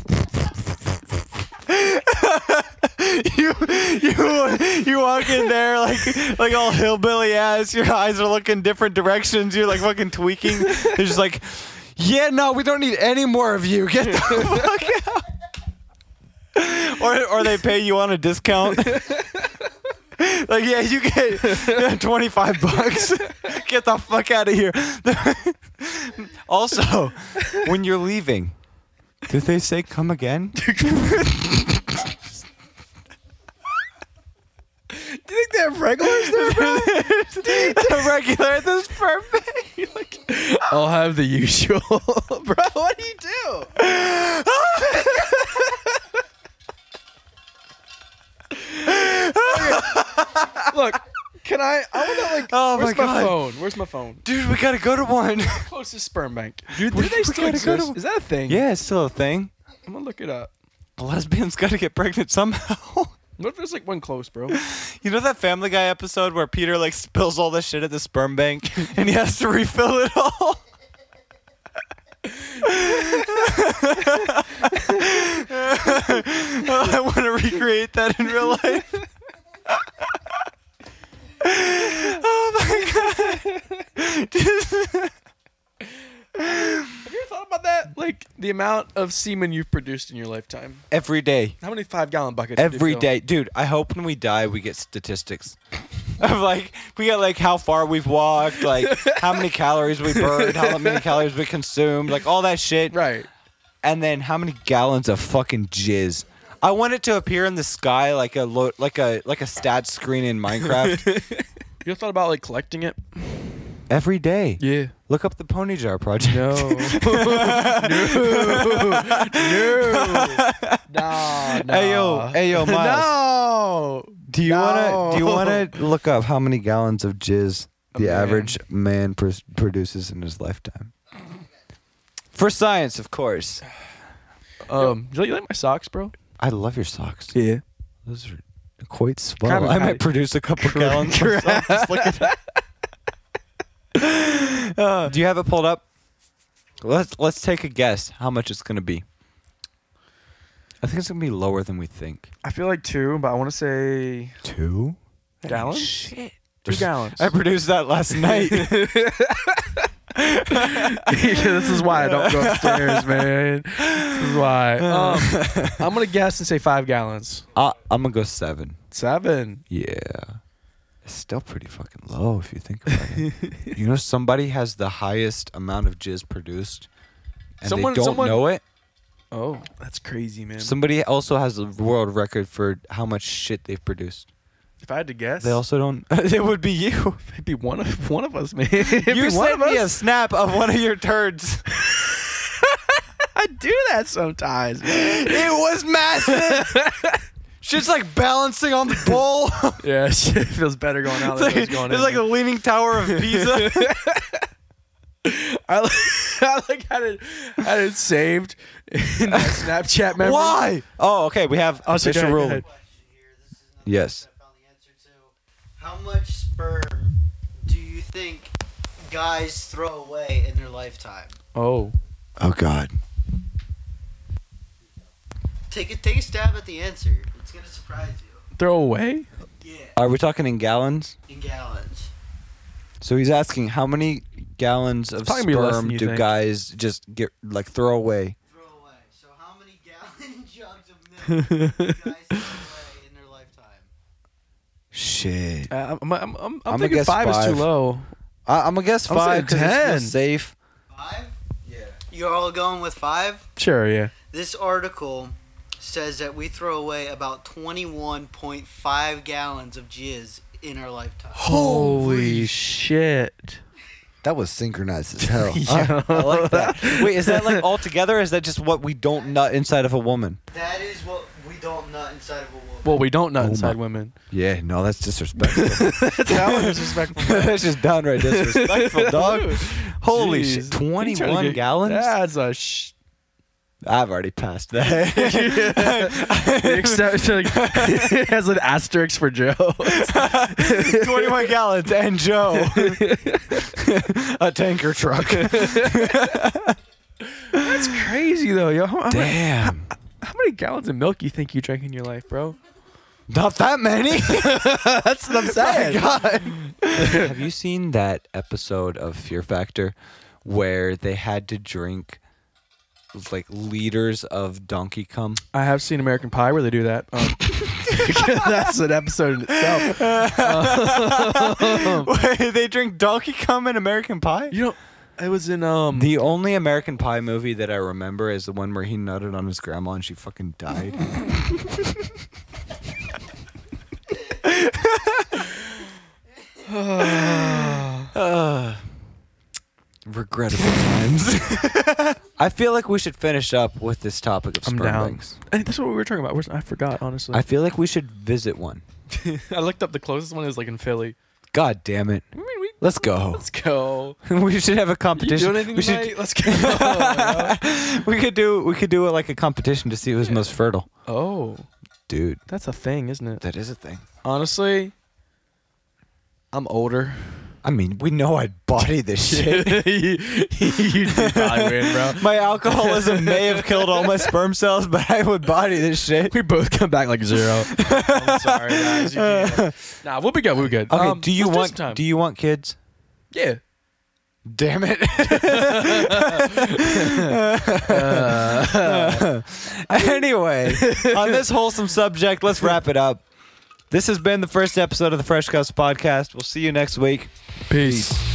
[SPEAKER 2] <laughs> you you you walk in there like like all hillbilly ass. Your eyes are looking different directions. You're like fucking tweaking. They're just like, yeah, no, we don't need any more of you. Get the
[SPEAKER 1] <laughs>
[SPEAKER 2] fuck out. Or or they pay you on a discount. <laughs> like yeah, you get yeah, twenty five bucks. <laughs> get the fuck out of here. <laughs> also, when you're leaving, did they say
[SPEAKER 1] <laughs>
[SPEAKER 2] come again?
[SPEAKER 1] Do you think they have regulars there, bro? <laughs>
[SPEAKER 2] the regular, this perfect. <laughs>
[SPEAKER 1] I'll have the usual, <laughs> bro. What do you do? Look, can I? I want to like.
[SPEAKER 2] Oh
[SPEAKER 1] where's
[SPEAKER 2] my
[SPEAKER 1] my,
[SPEAKER 2] God.
[SPEAKER 1] phone? Where's my phone?
[SPEAKER 2] Dude, we gotta go to one.
[SPEAKER 1] Closest sperm bank. Dude, do
[SPEAKER 2] we-
[SPEAKER 1] they
[SPEAKER 2] we
[SPEAKER 1] still
[SPEAKER 2] gotta go
[SPEAKER 1] exist?
[SPEAKER 2] to-
[SPEAKER 1] Is that a thing?
[SPEAKER 2] <laughs> yeah, it's still a thing.
[SPEAKER 1] I'm gonna look it up.
[SPEAKER 2] Lesbians <laughs> gotta get pregnant somehow. <laughs>
[SPEAKER 1] What if there's like one close, bro?
[SPEAKER 2] You know that Family Guy episode where Peter like spills all this shit at the sperm <laughs> bank and he has to refill it all? <laughs> I want to recreate that in real life. <laughs> oh my god. <laughs>
[SPEAKER 1] Have you ever thought about that? Like the amount of semen you've produced in your lifetime.
[SPEAKER 2] Every day.
[SPEAKER 1] How many five gallon buckets? did you
[SPEAKER 2] Every
[SPEAKER 1] fill?
[SPEAKER 2] day. Dude, I hope when we die we get statistics. <laughs> of like we got like how far we've walked, like
[SPEAKER 1] <laughs>
[SPEAKER 2] how many calories we burned, how many calories we consumed, like all that shit.
[SPEAKER 1] Right.
[SPEAKER 2] And then how many gallons of fucking jizz. I want it to appear in the sky like a lo- like a like a stat screen
[SPEAKER 1] <laughs>
[SPEAKER 2] in Minecraft
[SPEAKER 1] You ever thought about like collecting it?
[SPEAKER 2] every day.
[SPEAKER 1] Yeah.
[SPEAKER 2] Look up the Pony Jar
[SPEAKER 1] <laughs>
[SPEAKER 2] Project.
[SPEAKER 1] No. no. No. <laughs> Nah, nah.
[SPEAKER 2] <laughs> Hey yo,
[SPEAKER 1] <laughs>
[SPEAKER 2] hey yo, Miles.
[SPEAKER 1] no.
[SPEAKER 2] Do you wanna do you
[SPEAKER 1] No.
[SPEAKER 2] wanna <laughs> look up how many gallons of jizz the
[SPEAKER 1] man.
[SPEAKER 2] average man pr- produces in his lifetime? For science, of course.
[SPEAKER 1] Um, do you like my socks, bro?
[SPEAKER 2] I love your socks.
[SPEAKER 1] Yeah.
[SPEAKER 2] Those are quite swell.
[SPEAKER 1] Krabby
[SPEAKER 2] I
[SPEAKER 1] patty.
[SPEAKER 2] might produce a couple gallons. myself. Just look at <laughs> Uh, do you have it pulled up? Let's let's take a guess how much it's gonna be. I think it's gonna be lower than we think.
[SPEAKER 1] I feel like two, but I want to say
[SPEAKER 2] Two
[SPEAKER 1] gallons.
[SPEAKER 2] Shit.
[SPEAKER 1] Two <laughs> gallons.
[SPEAKER 2] I produced that last <laughs> night.
[SPEAKER 1] this is why I don't go upstairs, man. This is why. <laughs> Um, I'm gonna guess and say five gallons.
[SPEAKER 2] I, I'm gonna go seven.
[SPEAKER 1] Seven.
[SPEAKER 2] Yeah, it's still pretty fucking low if you think about <laughs> it. you know, somebody has the highest amount of jizz produced, and
[SPEAKER 1] Someone-
[SPEAKER 2] they don't
[SPEAKER 1] someone-
[SPEAKER 2] know it.
[SPEAKER 1] Oh, that's crazy, man.
[SPEAKER 2] Somebody also has the world record for how much shit they've produced.
[SPEAKER 1] if I had to guess,
[SPEAKER 2] They also don't. <laughs> it would be <laughs> you.
[SPEAKER 1] it'd be one of one of us, man. <laughs> It'd be
[SPEAKER 2] you
[SPEAKER 1] one
[SPEAKER 2] sent
[SPEAKER 1] of
[SPEAKER 2] me a
[SPEAKER 1] us.
[SPEAKER 2] snap of one of your turds.
[SPEAKER 1] <laughs> I do that sometimes. man.
[SPEAKER 2] it was massive. <laughs>
[SPEAKER 1] <laughs>
[SPEAKER 2] Shit's like balancing on <laughs> the bowl.
[SPEAKER 1] yeah, shit feels better going out
[SPEAKER 2] it's
[SPEAKER 1] than
[SPEAKER 2] like,
[SPEAKER 1] it does going
[SPEAKER 2] it's
[SPEAKER 1] in.
[SPEAKER 2] like the Leaning Tower <laughs> of Pisa.
[SPEAKER 1] <laughs> I <laughs> like, I like had it had it saved in my <laughs> Snapchat memory.
[SPEAKER 2] Why? Oh, okay. We have
[SPEAKER 1] Oh, so go
[SPEAKER 2] official
[SPEAKER 1] ahead, go
[SPEAKER 2] rule.
[SPEAKER 1] ahead.
[SPEAKER 3] question here. This is another
[SPEAKER 2] Yes.
[SPEAKER 3] question I found the answer to. How much sperm do you think guys throw away in their lifetime?
[SPEAKER 1] Oh,
[SPEAKER 2] Oh God.
[SPEAKER 3] Take a take a stab at the answer. It's gonna surprise you.
[SPEAKER 1] throw away?
[SPEAKER 3] Yeah.
[SPEAKER 2] Are we talking in gallons?
[SPEAKER 3] In gallons.
[SPEAKER 2] So he's asking how many gallons of
[SPEAKER 1] probably gonna be less
[SPEAKER 2] sperm
[SPEAKER 1] than you
[SPEAKER 2] do
[SPEAKER 1] think.
[SPEAKER 2] guys just get like throw away?
[SPEAKER 3] Throw away. So how many <laughs> gallon jugs of milk do guys throw away in their lifetime?
[SPEAKER 2] Shit.
[SPEAKER 1] Uh, I'm, I'm, I'm, I'm
[SPEAKER 2] I'ma
[SPEAKER 1] thinking
[SPEAKER 2] guess
[SPEAKER 1] five, is
[SPEAKER 2] five.
[SPEAKER 1] too low.
[SPEAKER 2] I, I'm gonna guess
[SPEAKER 1] I'm saying
[SPEAKER 2] five because it's
[SPEAKER 1] 10.
[SPEAKER 2] feels safe.
[SPEAKER 3] Five?
[SPEAKER 2] Yeah.
[SPEAKER 3] You're all going with five?
[SPEAKER 1] Sure, yeah.
[SPEAKER 3] This article says that we throw away about 21.5 gallons of jizz in our lifetime.
[SPEAKER 1] Holy shit.
[SPEAKER 2] That was synchronized as
[SPEAKER 1] <laughs>
[SPEAKER 2] hell. <laughs>
[SPEAKER 1] Yeah.
[SPEAKER 2] I, I like that. Wait, is that like all together? Or is that just what we don't nut inside of a woman?
[SPEAKER 3] That is what we don't nut inside of a woman.
[SPEAKER 1] Well, we don't nut
[SPEAKER 2] Oh my-
[SPEAKER 1] inside <laughs> women.
[SPEAKER 2] Yeah, no,
[SPEAKER 1] <laughs>
[SPEAKER 2] that's disrespectful.
[SPEAKER 1] That's how <laughs> disrespectful.
[SPEAKER 2] <laughs> that's just downright
[SPEAKER 1] <laughs>
[SPEAKER 2] disrespectful, dog. Holy
[SPEAKER 1] Jeez.
[SPEAKER 2] shit,
[SPEAKER 1] You trying to
[SPEAKER 2] twenty-one
[SPEAKER 1] get-
[SPEAKER 2] gallons.
[SPEAKER 1] That's a <laughs> sh-
[SPEAKER 2] I've already
[SPEAKER 1] <laughs>
[SPEAKER 2] passed that.
[SPEAKER 1] Except <laughs> it has an asterisk for Joe.
[SPEAKER 2] 21 gallons
[SPEAKER 1] <laughs>
[SPEAKER 2] and <laughs> Joe. a tanker truck.
[SPEAKER 1] That's crazy though, yo. How, how many-
[SPEAKER 2] Damn.
[SPEAKER 1] how many gallons of milk you think you drank in your life, bro?
[SPEAKER 2] Not that <laughs> many.
[SPEAKER 1] That's
[SPEAKER 2] <laughs>
[SPEAKER 1] what I'm saying.
[SPEAKER 2] God. Have you seen that episode of Fear Factor where they had to drink like liters of donkey cum?
[SPEAKER 1] I have seen American Pie where they do that. <laughs> Um, that's an episode in itself.
[SPEAKER 2] <laughs> Wait, they drink donkey cum in American Pie?
[SPEAKER 1] You know, it was in um.
[SPEAKER 2] The only American Pie movie that I remember is the one where he nutted on his grandma and she fucking died. <sighs> uh,
[SPEAKER 1] <laughs>
[SPEAKER 2] regrettable times. I feel like we should finish up with this topic of
[SPEAKER 1] I'm
[SPEAKER 2] sperm
[SPEAKER 1] down.
[SPEAKER 2] banks.
[SPEAKER 1] I think that's what we were talking about. Where's- I forgot honestly.
[SPEAKER 2] I feel like we should visit one.
[SPEAKER 1] <laughs> I looked up the closest one is like in Philly.
[SPEAKER 2] God damn it.
[SPEAKER 1] I mean, we
[SPEAKER 2] Let's go. <laughs>
[SPEAKER 1] let's go.
[SPEAKER 2] we should have a
[SPEAKER 1] You
[SPEAKER 2] competition.
[SPEAKER 1] doing anything
[SPEAKER 2] we,
[SPEAKER 1] tonight?
[SPEAKER 2] should,
[SPEAKER 1] Let's go. <laughs> yo.
[SPEAKER 2] we could do we could do it like a competition to see who's most fertile.
[SPEAKER 1] oh,
[SPEAKER 2] Dude.
[SPEAKER 1] that's a thing, isn't it?
[SPEAKER 2] That is a thing.
[SPEAKER 1] Honestly, I'm <laughs> older.
[SPEAKER 2] I mean, we know I'd body <laughs> this
[SPEAKER 1] you
[SPEAKER 2] shit.
[SPEAKER 1] did probably win, bro.
[SPEAKER 2] my alcoholism may have killed all my sperm cells, but I would body this shit.
[SPEAKER 1] We both come back like <laughs> zero. I'm sorry, guys. You <laughs> can't. Nah, we'll be good. We'll be good.
[SPEAKER 2] Okay,
[SPEAKER 1] Um,
[SPEAKER 2] do you
[SPEAKER 1] let's
[SPEAKER 2] want
[SPEAKER 1] some time.
[SPEAKER 2] do you want kids?
[SPEAKER 1] yeah.
[SPEAKER 2] Damn it. <laughs> anyway, on this wholesome subject, let's wrap it up. This has been the first episode of the Fresh Cuffs podcast. We'll see you next week.
[SPEAKER 1] Peace.